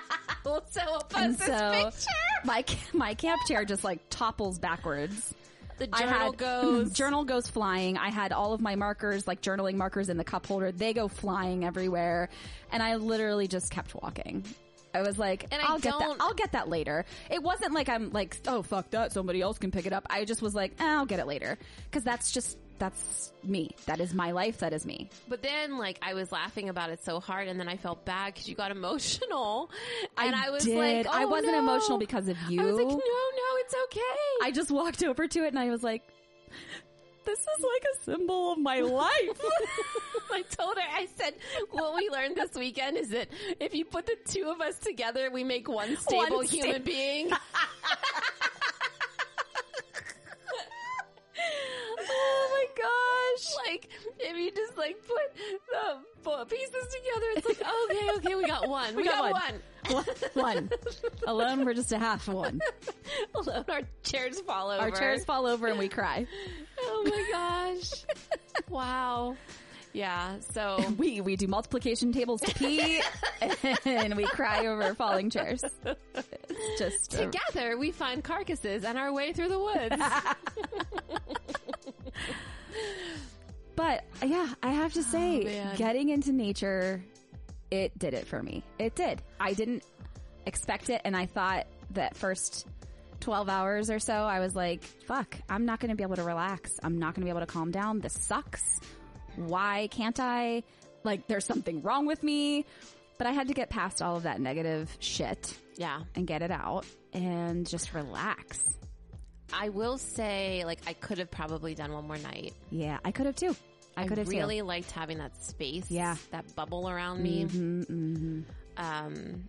A: Well, so I'll post
B: and
A: this
B: so
A: picture.
B: my my camp chair just like topples backwards.
A: The
B: I
A: journal
B: had
A: goes.
B: journal goes flying. I had all of my markers, like journaling markers in the cup holder. They go flying everywhere, and I literally just kept walking. I was like,
A: And I
B: I'll get that.
A: don't-
B: I'll get that later. It wasn't like I'm like, oh fuck that, somebody else can pick it up. I just was like, eh, I'll get it later because that's just that's me. That is my life. That is me.
A: But then, like, I was laughing about it so hard, and then I felt bad because you got emotional, and I, was
B: did.
A: like,
B: I
A: "Oh,
B: wasn't
A: no."
B: emotional because of you.
A: I was like, "No, no, it's okay."
B: I just walked over to it and I was like, this is like a symbol of my life.
A: I told her, I said, "What we learned this weekend is that if you put the two of us together, we make one stable
B: One sta-
A: human being."
B: oh my gosh.
A: like, if you just like put the bo- pieces together, it's like, okay, okay, we got one. We, got, one.
B: one. Alone, we're just a half one.
A: Alone, our chairs fall over.
B: Our chairs fall over and we cry.
A: Oh my gosh! wow. Yeah. So.
B: We we do multiplication tables to pee, and we cry over falling chairs. It's just
A: Together, we find carcasses on our way through the woods.
B: But uh, yeah, I have to say,
A: Oh, man.
B: getting into nature, it did it for me. It did. I didn't expect it, and I thought that first 12 hours or so, I was like, fuck, I'm not going to be able to relax. I'm not going to be able to calm down. This sucks. Why can't I? Like, there's something wrong with me. But I had to get past all of that negative shit
A: yeah.
B: and get it out and just relax.
A: I will say, like, I could have probably done one more night.
B: Yeah, I could have too. I could have too.
A: really liked having that space.
B: Yeah.
A: That bubble around me. Um,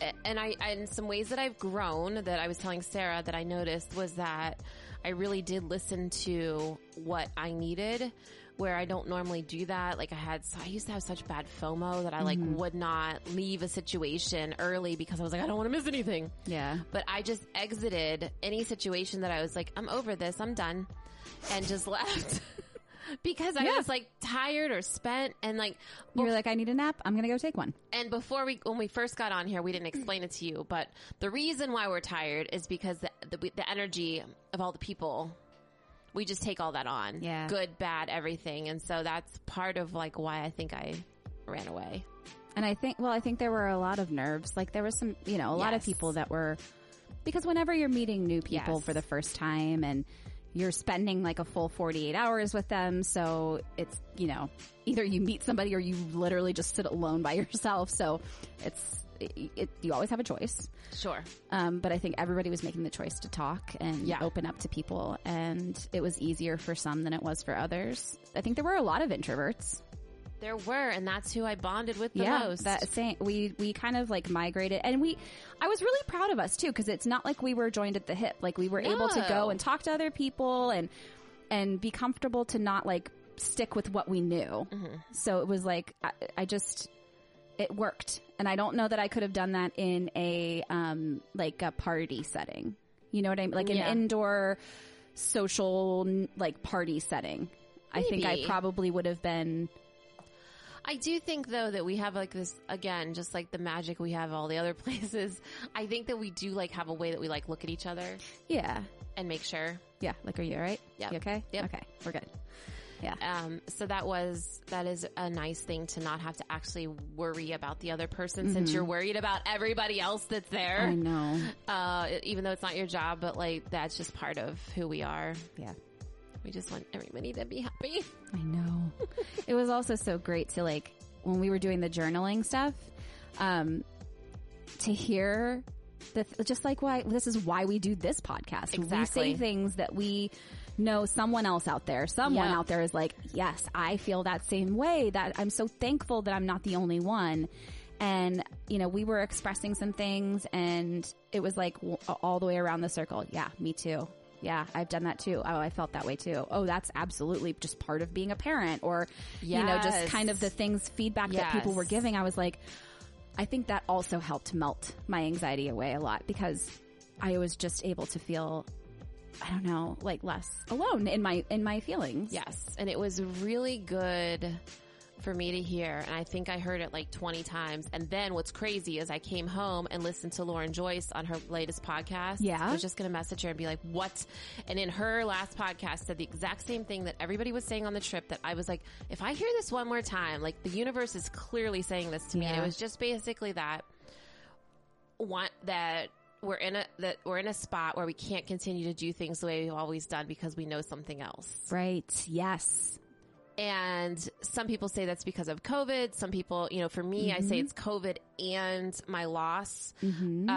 A: a- and I, and some ways that I've grown that I was telling Sarah that I noticed was that I really did listen to what I needed where I don't normally do that. Like I had, so I used to have such bad FOMO that I like would not leave a situation early because I was like, I don't want to miss anything
B: Yeah.
A: but I just exited any situation that I was like, I'm over this, I'm done, and just left because I was like tired or spent, and like,
B: You were like, I need a nap. I'm going to go take one.
A: and before we when we first got on here, we didn't explain it to you, but the reason why we're tired is because the the, the energy of all the people. We just take all that on.
B: Yeah.
A: Good, bad, everything. And so that's part of like why I think I ran away.
B: And I think, well, I think there were a lot of nerves. Like there was some, you know, a lot of
A: Yes.
B: people that were, because whenever you're meeting new people
A: Yes.
B: for the first time and you're spending like a full 48 hours with them. So it's, you know, either you meet somebody or you literally just sit alone by yourself. So it's, it, it, you always have a choice.
A: Sure.
B: Um, but I think everybody was making the choice to talk and
A: Yeah.
B: open up to people. And it was easier for some than it was for others. I think there were a lot of introverts.
A: There were, and that's who I bonded with the
B: yeah,
A: most.
B: that same. We we kind of like migrated, and we. I was really proud of us too, because it's not like we were joined at the hip. Like we were able to
A: No.
B: go and talk to other people and and be comfortable to not like stick with what we knew.
A: Mm-hmm.
B: So it was like I, I just it worked, and I don't know that I could have done that in a um like a party setting. You know what I mean? Like an
A: Yeah.
B: indoor social n- like party setting. I think I
A: Maybe.
B: probably would have been
A: I do think though that we have like this again, just like the magic we have all the other places. I think that we do like have a way that we like look at each other
B: yeah.
A: and make sure.
B: Yeah, like are you all right?
A: Yep.
B: You okay?
A: Yep.
B: Okay, we're good.
A: Um, so that was that is a nice thing to not have to actually worry about the other person since you're worried about everybody else that's
B: I
A: there.
B: know.
A: Uh, even though it's not your job, but like that's just part of who we are.
B: Yeah.
A: We just want everybody to be happy.
B: I know. it was also so great to like when we were doing the journaling stuff, um, to hear the th- just like why this is why we do this podcast. We say
A: Exactly.
B: things that we know someone else out there. Someone
A: Yeah.
B: out there is like, yes, I feel that same way. That I'm so thankful that I'm not the only one. And you know, we were expressing some things, and it was like w- all the way around the circle. Yeah, me too. Yeah, I've done that too. Oh, I felt that way too. Oh, that's absolutely just part of being a parent or, you know, just
A: Yes.
B: kind of the things, feedback that people were
A: Yes.
B: giving. I was like, I think that also helped melt my anxiety away a lot because I was just able to feel, I don't know, like less alone in my, in my feelings.
A: Yes. And it was really good for me to hear. And I think I heard it like 20 times. And then what's crazy is I came home and listened to Lauren Joyce on her latest podcast.
B: Yeah.
A: I was just going to message her and be like, what? And in her last podcast said the exact same thing that everybody was saying on the trip that I was like, if I hear this one more time, like the universe is clearly saying this to me. And
B: Yeah.
A: it was just basically that want that we're in a, that we're in a spot where we can't continue to do things the way we've always done because we know something else.
B: Right. Yes.
A: And some people say that's because of COVID. Some people, you know, for me, I
B: Mm-hmm.
A: say it's COVID and my loss. Um,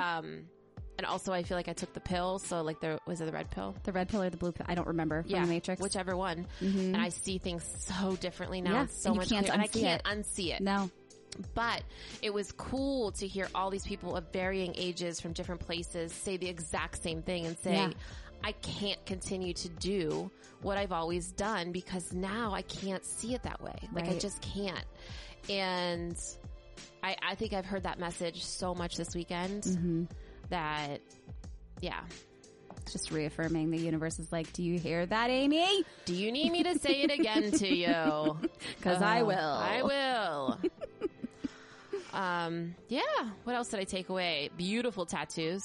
A: and also I feel like I took the pill. So like there was it the red pill?
B: The red pill or the blue pill. I don't remember from the matrix. Mm-hmm.
A: whichever one. And I see things so differently now.
B: Yeah,
A: It's so
B: and you
A: much
B: can't
A: clearer. and I
B: unsee
A: can't
B: it.
A: unsee it.
B: no.
A: But it was cool to hear all these people of varying ages from different places say the exact same thing and say,
B: Yeah.
A: I can't continue to do what I've always done because now I can't see it that way. Like I
B: Right.
A: just can't. And I, I think I've heard that message so much this weekend
B: Mm. Mm-hmm.
A: that yeah.
B: It's just reaffirming the universe is like, do you hear that, Amy?
A: Do you need me to say it again to you?
B: Cause I
A: Oh,
B: will.
A: I will. um, yeah. What else did I take away? Beautiful tattoos.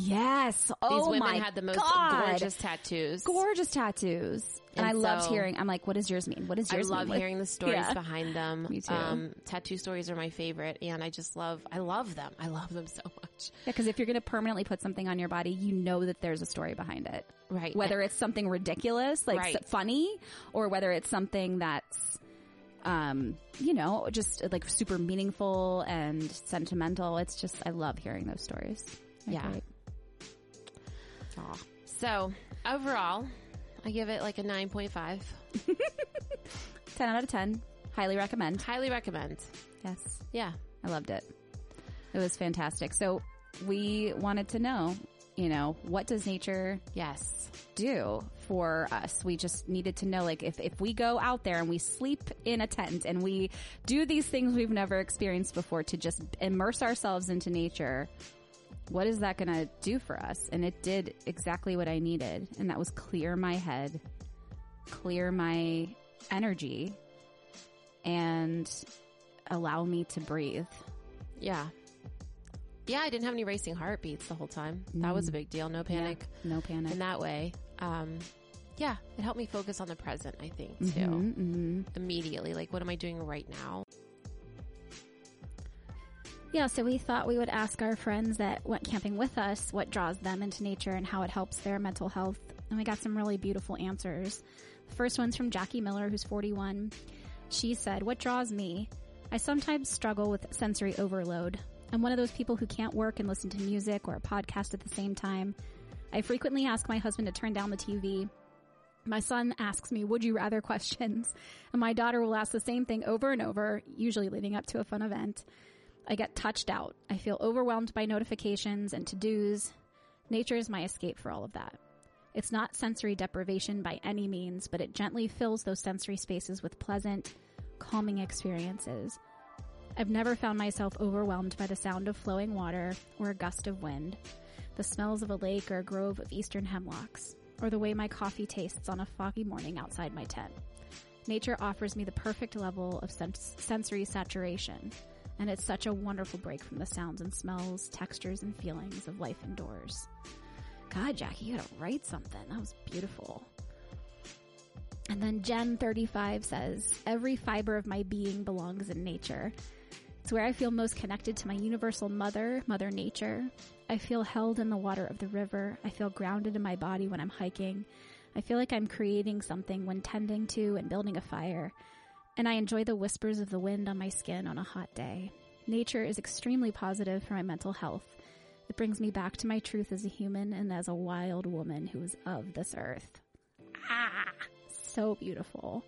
B: Yes. Oh
A: These women
B: my
A: had the most
B: God.
A: gorgeous tattoos.
B: gorgeous tattoos.
A: And
B: And, I loved
A: so-
B: hearing. I'm like, what does yours mean? What does
A: I
B: yours
A: love
B: mean? Like,
A: hearing the stories
B: Yeah.
A: behind them. Um,
B: Me too.
A: tattoo stories are my favorite, and I just love. I love them. I love them so much.
B: Yeah, because if you're going to permanently put something on your body, you know that there's a story behind it.
A: Right.
B: Whether it's something ridiculous, like
A: Right.
B: s- funny, or whether it's something that's, um, you know, just uh, like super meaningful and sentimental. It's just, I love hearing those stories. They're
A: Yeah.
B: great.
A: So overall, I give it like a nine point five.
B: 10 out of 10. Highly recommend.
A: Highly recommend.
B: Yes.
A: Yeah.
B: I loved it. It was fantastic. So we wanted to know, you know, what does nature
A: Yes.
B: do for us. We just needed to know, like, if, if we go out there and we sleep in a tent and we do these things we've never experienced before to just immerse ourselves into nature, what is that going to do for us? And it did exactly what I needed. And that was clear my head, clear my energy, and allow me to breathe.
A: Yeah. Yeah, I didn't have any racing heartbeats the whole time. That
B: Mm.
A: was a big deal. No panic
B: No panic.
A: in that way. Um, yeah, it helped me focus on the present, I think, too.
B: Mm-hmm.
A: Immediately. Like, what am I doing right now?
D: Yeah, so we thought we would ask our friends that went camping with us what draws them into nature and how it helps their mental health. And we got some really beautiful answers. The first one's from Jackie Miller, who's 41. She said, What draws me? I sometimes struggle with sensory overload. I'm one of those people who can't work and listen to music or a podcast at the same time. I frequently ask my husband to turn down the TV
B: My son asks me, would you rather questions? And my daughter will ask the same thing over and over, usually leading up to a fun event. I get touched out. I feel overwhelmed by notifications and to dos. Nature is my escape for all of that. It's not sensory deprivation by any means, but it gently fills those sensory spaces with pleasant, calming experiences. I've never found myself overwhelmed by the sound of flowing water or a gust of wind, the smells of a lake or a grove of eastern hemlocks, or the way my coffee tastes on a foggy morning outside my tent. Nature offers me the perfect level of sen- sensory saturation, and it's such a wonderful break from the sounds and smells, textures, and feelings of life indoors. God, Jackie, you gotta write something. That was beautiful. And then Jen35 says, Every fiber of my being belongs in nature. It's where I feel most connected to my universal mother, Mother Nature. I feel held in the water of the river. I feel grounded in my body when I'm hiking. I feel like I'm creating something when tending to and building a fire. And I enjoy the whispers of the wind on my skin on a hot day. Nature is extremely positive for my mental health. It brings me back to my truth as a human and as a wild woman who is of this earth. Ah, so beautiful.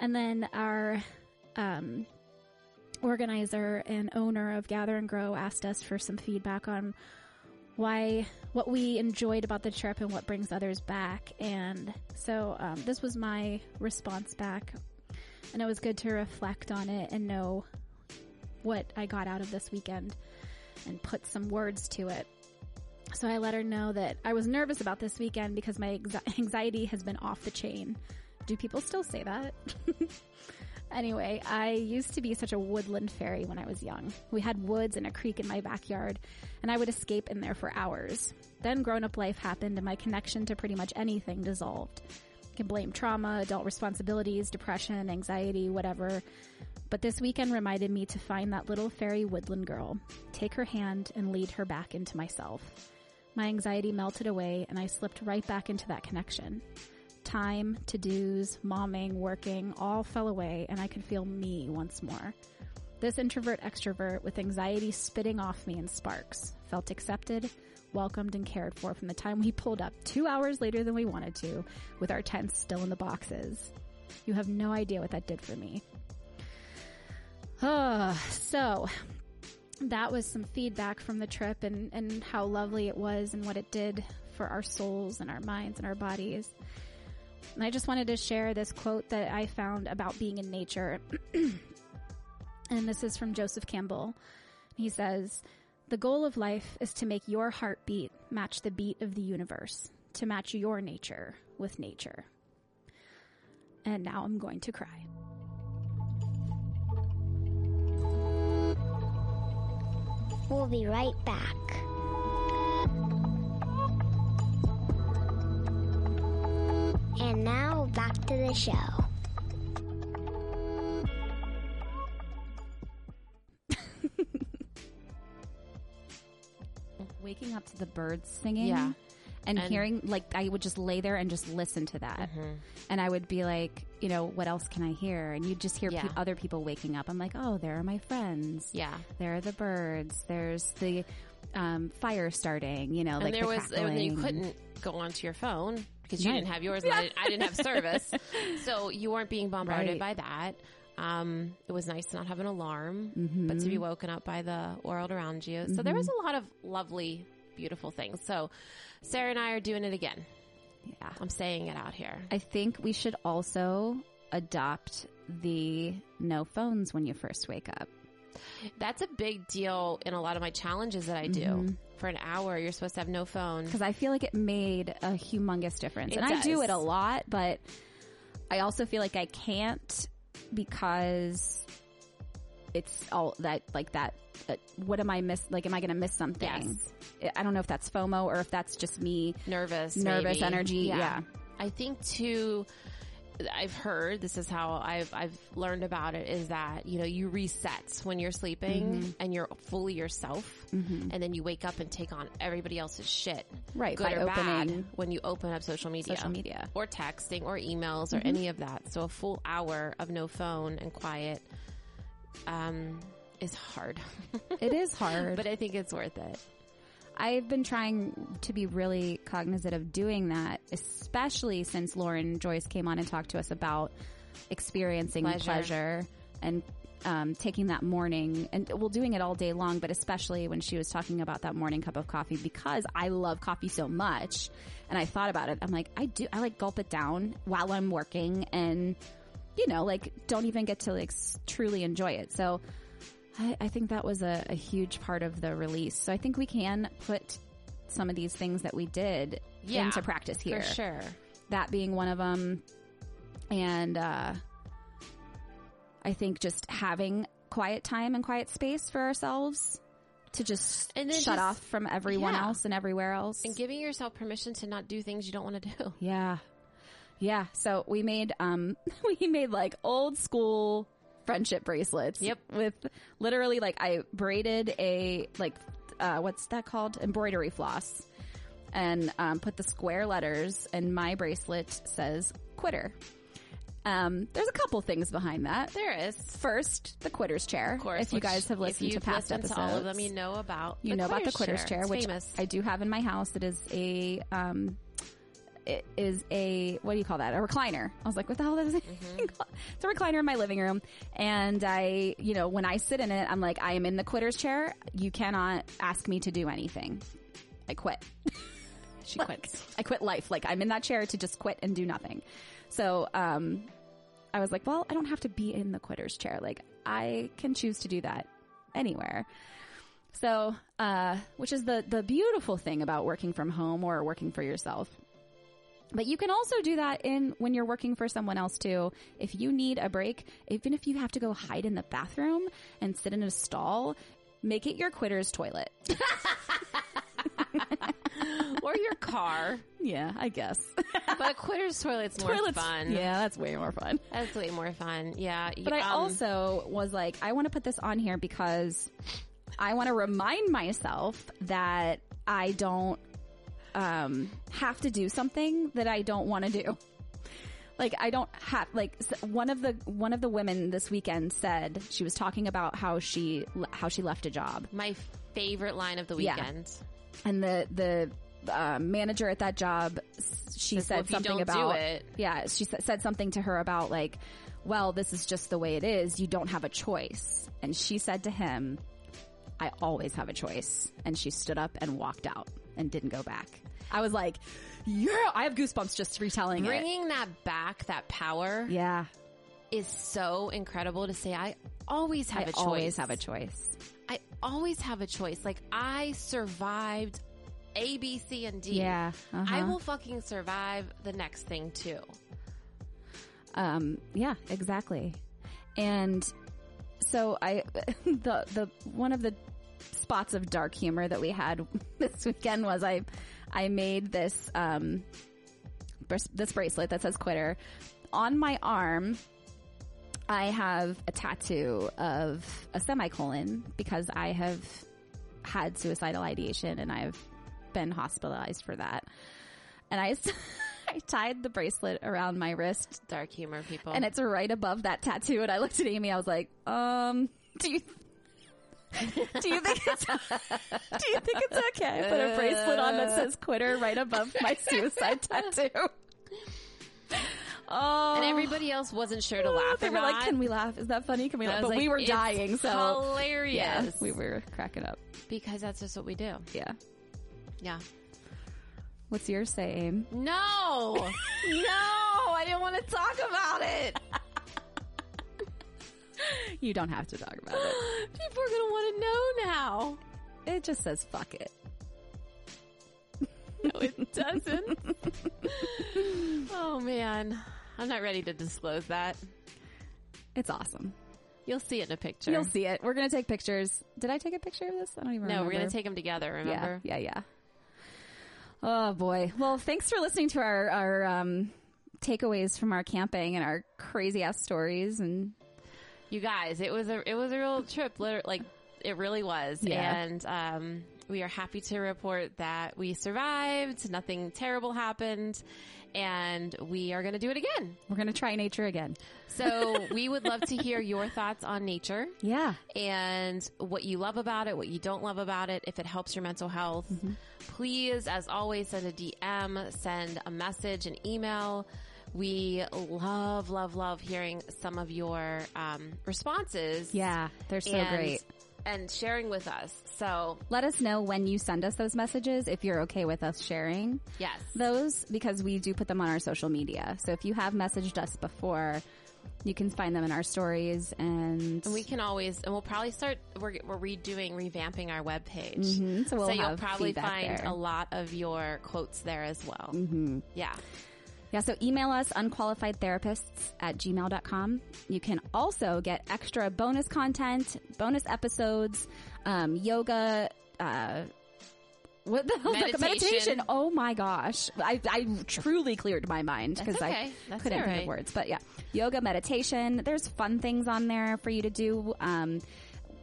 B: And then our um, organizer and owner of Gather and Grow asked us for some feedback on why what we enjoyed about the trip and what brings others back. And so um, this was my response back, and it was good to reflect on it and know what I got out of this weekend and put some words to it. So I let her know that I was nervous about this weekend because my exa- anxiety has been off the chain. Do people still say that? Anyway, I used to be such a woodland fairy when I was young. We had woods and a creek in my backyard, and I would escape in there for hours. Then grown up life happened, and my connection to pretty much anything dissolved. I can blame trauma, adult responsibilities, depression, anxiety, whatever. But this weekend reminded me to find that little fairy woodland girl, take her hand, and lead her back into myself. My anxiety melted away, and I slipped right back into that connection time, to dos, momming, working all fell away, and I could feel me once more. This introvert extrovert with anxiety spitting off me in sparks felt accepted, welcomed, and cared for from the time we pulled up two hours later than we wanted to, with our tents still in the boxes. You have no idea what that did for me. Ah, so that was some feedback from the trip and, and how lovely it was and what it did for our souls and our minds and our bodies. And I just wanted to share this quote that I found about being in nature. and this is from Joseph Campbell. He says, The goal of life is to make your heartbeat match the beat of the universe, to match your nature with nature. And now I'm going to cry.
E: We'll be right back. And now back to the show.
F: Waking up to the birds singing.
A: Yeah.
F: And,
A: And-
F: hearing, like, I would just lay there and just listen to that.
B: Mm-hmm.
F: And I would be like, you know, what else can I hear? And you'd just hear
A: Yeah.
F: pe- other people waking up. I'm like, oh, there are my friends.
A: Yeah.
F: There are the birds. There's the um, fire starting, you know,
A: And
F: like
A: there
F: the
A: was, and you
F: crackling.
A: couldn't go onto your phone because you
F: Right.
A: didn't have yours. And I, didn't, I didn't have service. So you weren't being bombarded by that. Um, it was nice to not have an alarm,
F: Mm-hmm.
A: but to be woken up by the world around you. So there was a lot of lovely, beautiful things. So Sarah and I are doing it again.
F: Yeah.
A: I'm saying it out here.
F: I think we should also adopt the no phones when you first wake up.
A: That's a big deal in a lot of my challenges that I do. For an hour, you're supposed to have no phone.
F: Mm-hmm. Cause I feel like it made a humongous difference.
A: It
F: and I do
A: does.
F: it a lot, but I also feel like I can't because it's all that, like that, that what am I miss? Like, am I going to miss something? I- I don't know if that's FOMO or if that's just me.
A: nervous,
F: Nervous
A: maybe.
F: energy, yeah.
A: I think too. I've heard this is how I've I've learned about it is that you know you reset when you're sleeping
F: Mm-hmm.
A: and you're fully yourself, and then you wake up and take on everybody else's shit,
F: Right,
A: Mm-hmm. Good
F: by
A: or bad
F: opening-
A: when you open up social media,
F: Social media.
A: or texting or emails
B: Mm-hmm.
A: or any of that. So a full hour of no phone and quiet, um, is hard,
F: It is hard.
A: but I think it's worth it.
B: I've been trying to be really cognizant of doing that, especially since Lauren Joyce came on and talked to us about experiencing pleasure,
A: Pleasure.
B: and um, taking that morning and well, doing it all day long, but especially when she was talking about that morning cup of coffee because I love coffee so much. And I thought about it. I'm like, I do, I like gulp it down while I'm working and, you know, like don't even get to like s- truly enjoy it. So, I, I think that was a, a huge part of the release. So I think we can put some of these things that we did
A: Yeah,
B: into practice here.
A: For sure.
B: That being one of them. And uh, I think just having quiet time and quiet space for ourselves to just
A: And then
B: shut
A: just-
B: off from everyone
A: yeah.
B: else and everywhere else.
A: And giving yourself permission to not do things you don't want to do.
B: Yeah. Yeah. So we made um we made like old school friendship bracelets.
A: Yep.
B: With literally like I braided a like uh what's that called? Embroidery floss. And um, put the square letters and my bracelet says quitter. Um, there's a couple things behind that.
A: There is.
B: First, the quitter's chair.
A: Of course.
B: if you
A: which
B: guys have listened
A: if
B: to
A: you've
B: past
A: listened
B: episodes,
A: to all of them, you know about
B: you
A: the
B: know about the
A: quitter's
B: quitter's chair,
A: It's
B: which
A: famous.
B: I do have in my house. It is a um, it is a what do you call that? A recliner. I was like, what the hell is it?
A: Mm-hmm.
B: it's a recliner in my living room, and I, you know, when I sit in it, I'm like, I am in the quitter's chair. You cannot ask me to do anything. I quit.
A: she quits.
B: I quit life. Like I'm in that chair to just quit and do nothing. So, um, I was like, well, I don't have to be in the quitter's chair. Like I can choose to do that anywhere. So, uh, which is the, the beautiful thing about working from home or working for yourself. But you can also do that in when you're working for someone else too. If you need a break, even if you have to go hide in the bathroom and sit in a stall, make it your quitter's toilet.
A: or your car.
B: Yeah, I guess.
A: But a quitter's toilet's more
B: Toilets-
A: fun.
B: Yeah, that's way more fun.
A: That's way more fun. Yeah. um,
B: But I also was like, I want to put this on here because I want to remind myself that I don't um, have to do something that I don't want to do. Like I don't have like s- one of the one of the women this weekend said she was talking about how she le- how she left a job
A: my favorite line of the
B: Yeah.
A: weekend.
B: and the the uh, manager at that job, s- she
A: "Well,
B: said
A: if you
B: something
A: don't do
B: about
A: it-
B: Yeah, she sa- said something to her about like, well, this is just the way it is. You don't have a choice. And she said to him, "I always have a choice." And she stood up and walked out and didn't go back. I was like, yeah, I have goosebumps just retelling it.
A: Bringing that back, that power,
B: Yeah,
A: is so incredible to say. I always have
B: I
A: a choice.
B: always have a choice.
A: I always have a choice. Like I survived A, B, C, and D.
B: Yeah, uh-huh.
A: I will fucking survive the next thing too.
B: Um, yeah, exactly. And so I, the, the, one of the spots of dark humor that we had this weekend was I, I made this, um, bras- this bracelet that says quitter on my arm. I have a tattoo of a semicolon because I have had suicidal ideation and I've been hospitalized for that. And I, s- I tied the bracelet around my wrist
A: Dark humor people.
B: and it's right above that tattoo. And I looked at Amy. I was like, um, do you? do you think it's do you think it's okay? I put a bracelet on that says "quitter" right above my suicide tattoo. Oh,
A: and everybody else wasn't sure to laugh.
B: they
A: or
B: were like,
A: not.
B: "Can we laugh? Is that funny? Can we
A: I
B: laugh?"
A: was
B: But
A: like,
B: we were
A: "It's
B: dying, so
A: hilarious.
B: yeah, we were cracking up.
A: because that's just what we do.
B: Yeah,
A: Yeah.
B: what's yours say, Aim?
A: No, no, I didn't want to talk about it.
B: You don't have to talk about it.
A: People are gonna want to know now.
B: It just says "fuck it."
A: No, it doesn't. oh man, I'm not ready to disclose that.
B: It's awesome.
A: You'll see it in a picture.
B: You'll see it. We're gonna take pictures. Did I take a picture of this? I don't even.
A: no,
B: remember.
A: we're gonna take them together. Remember?
B: Yeah, yeah, yeah. Oh boy. Well, thanks for listening to our our um, takeaways from our camping and our crazy ass stories. And
A: You guys, it was a it was a real trip. Liter- like it really was.
B: Yeah.
A: And um, we are happy to report that we survived. Nothing terrible happened, and we are going to do it again.
B: We're going to try nature again.
A: So we would love to hear your thoughts on nature
B: Yeah.
A: and what you love about it, what you don't love about it, if it helps your mental health. Please, as always, send a DM, send a message, an email. We love, love, love hearing some of your um, responses.
B: Yeah. They're so
A: and,
B: great.
A: And sharing with us. So,
B: Let us know when you send us those messages if you're okay with us sharing
A: yes.
B: those because we do put them on our social media. So if you have messaged us before, you can find them in our stories and
A: we can always, and we'll probably start, we're, we're redoing, revamping our webpage.
B: Mhm, so we'll
A: you'll
B: have
A: probably
B: feedback
A: find
B: there.
A: a lot of your quotes there as well. Mm-hmm. Yeah.
B: Yeah, so email us unqualifiedtherapists at gmail.com. You can also get extra bonus content, bonus episodes, um, yoga, uh, what the hell? is that?
A: Meditation.
B: Meditation. Oh my gosh. I, I truly cleared my mind because
A: okay.
B: I
A: That's
B: couldn't
A: all
B: think
A: right.
B: of words. But yeah, yoga, meditation. There's fun things on there for you to do. Um,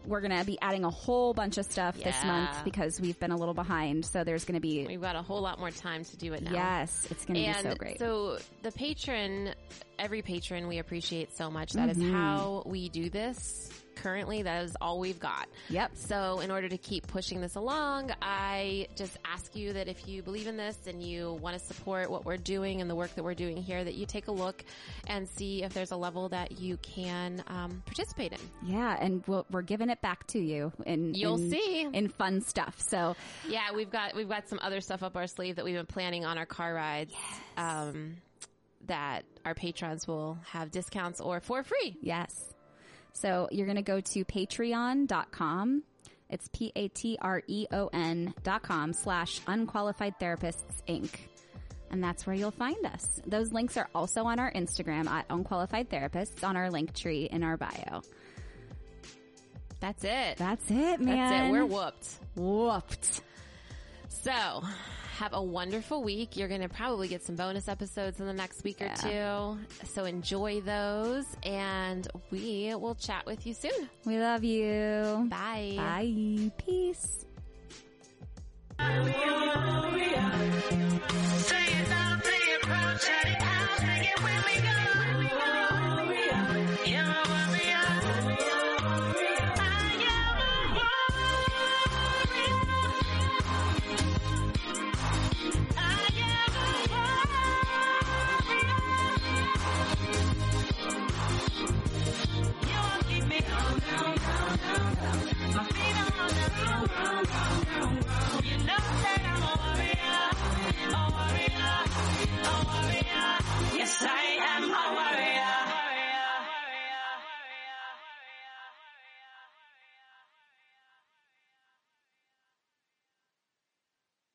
B: we're going to be adding a whole bunch of stuff this
A: Yeah.
B: month because we've been a little behind. So there's going to be,
A: We've got a whole lot more time to do it now.
B: yes, it's going to be
A: And
B: so great.
A: the patron, every patron we appreciate so much. That is
B: Mm-hmm.
A: how we do this. Currently, that is all we've got.
B: Yep.
A: So in order to keep pushing this along, I just ask you that if you believe in this and you want to support what we're doing and the work that we're doing here, that you take a look and see if there's a level that you can um, participate in.
B: Yeah, and we'll, we're giving it back to you, and
A: You'll
B: in,
A: see.
B: in fun stuff. So
A: Yeah, we've got we've got some other stuff up our sleeve that we've been planning on our car rides. Um, that our patrons will have discounts or for free.
B: yes, so you're gonna go to Patreon.com. It's p a t r e o n dot com slash unqualified therapists inc, and that's where you'll find us. Those links are also on our Instagram at unqualified therapists on our link tree in our bio.
A: That's it.
B: That's it, man.
A: That's it. We're whooped.
B: whooped.
A: So have a wonderful week. You're going to probably get some bonus episodes in the next week or two. So enjoy those and we will chat with you soon.
B: We love you.
A: Bye.
B: Bye. Peace.
C: Thank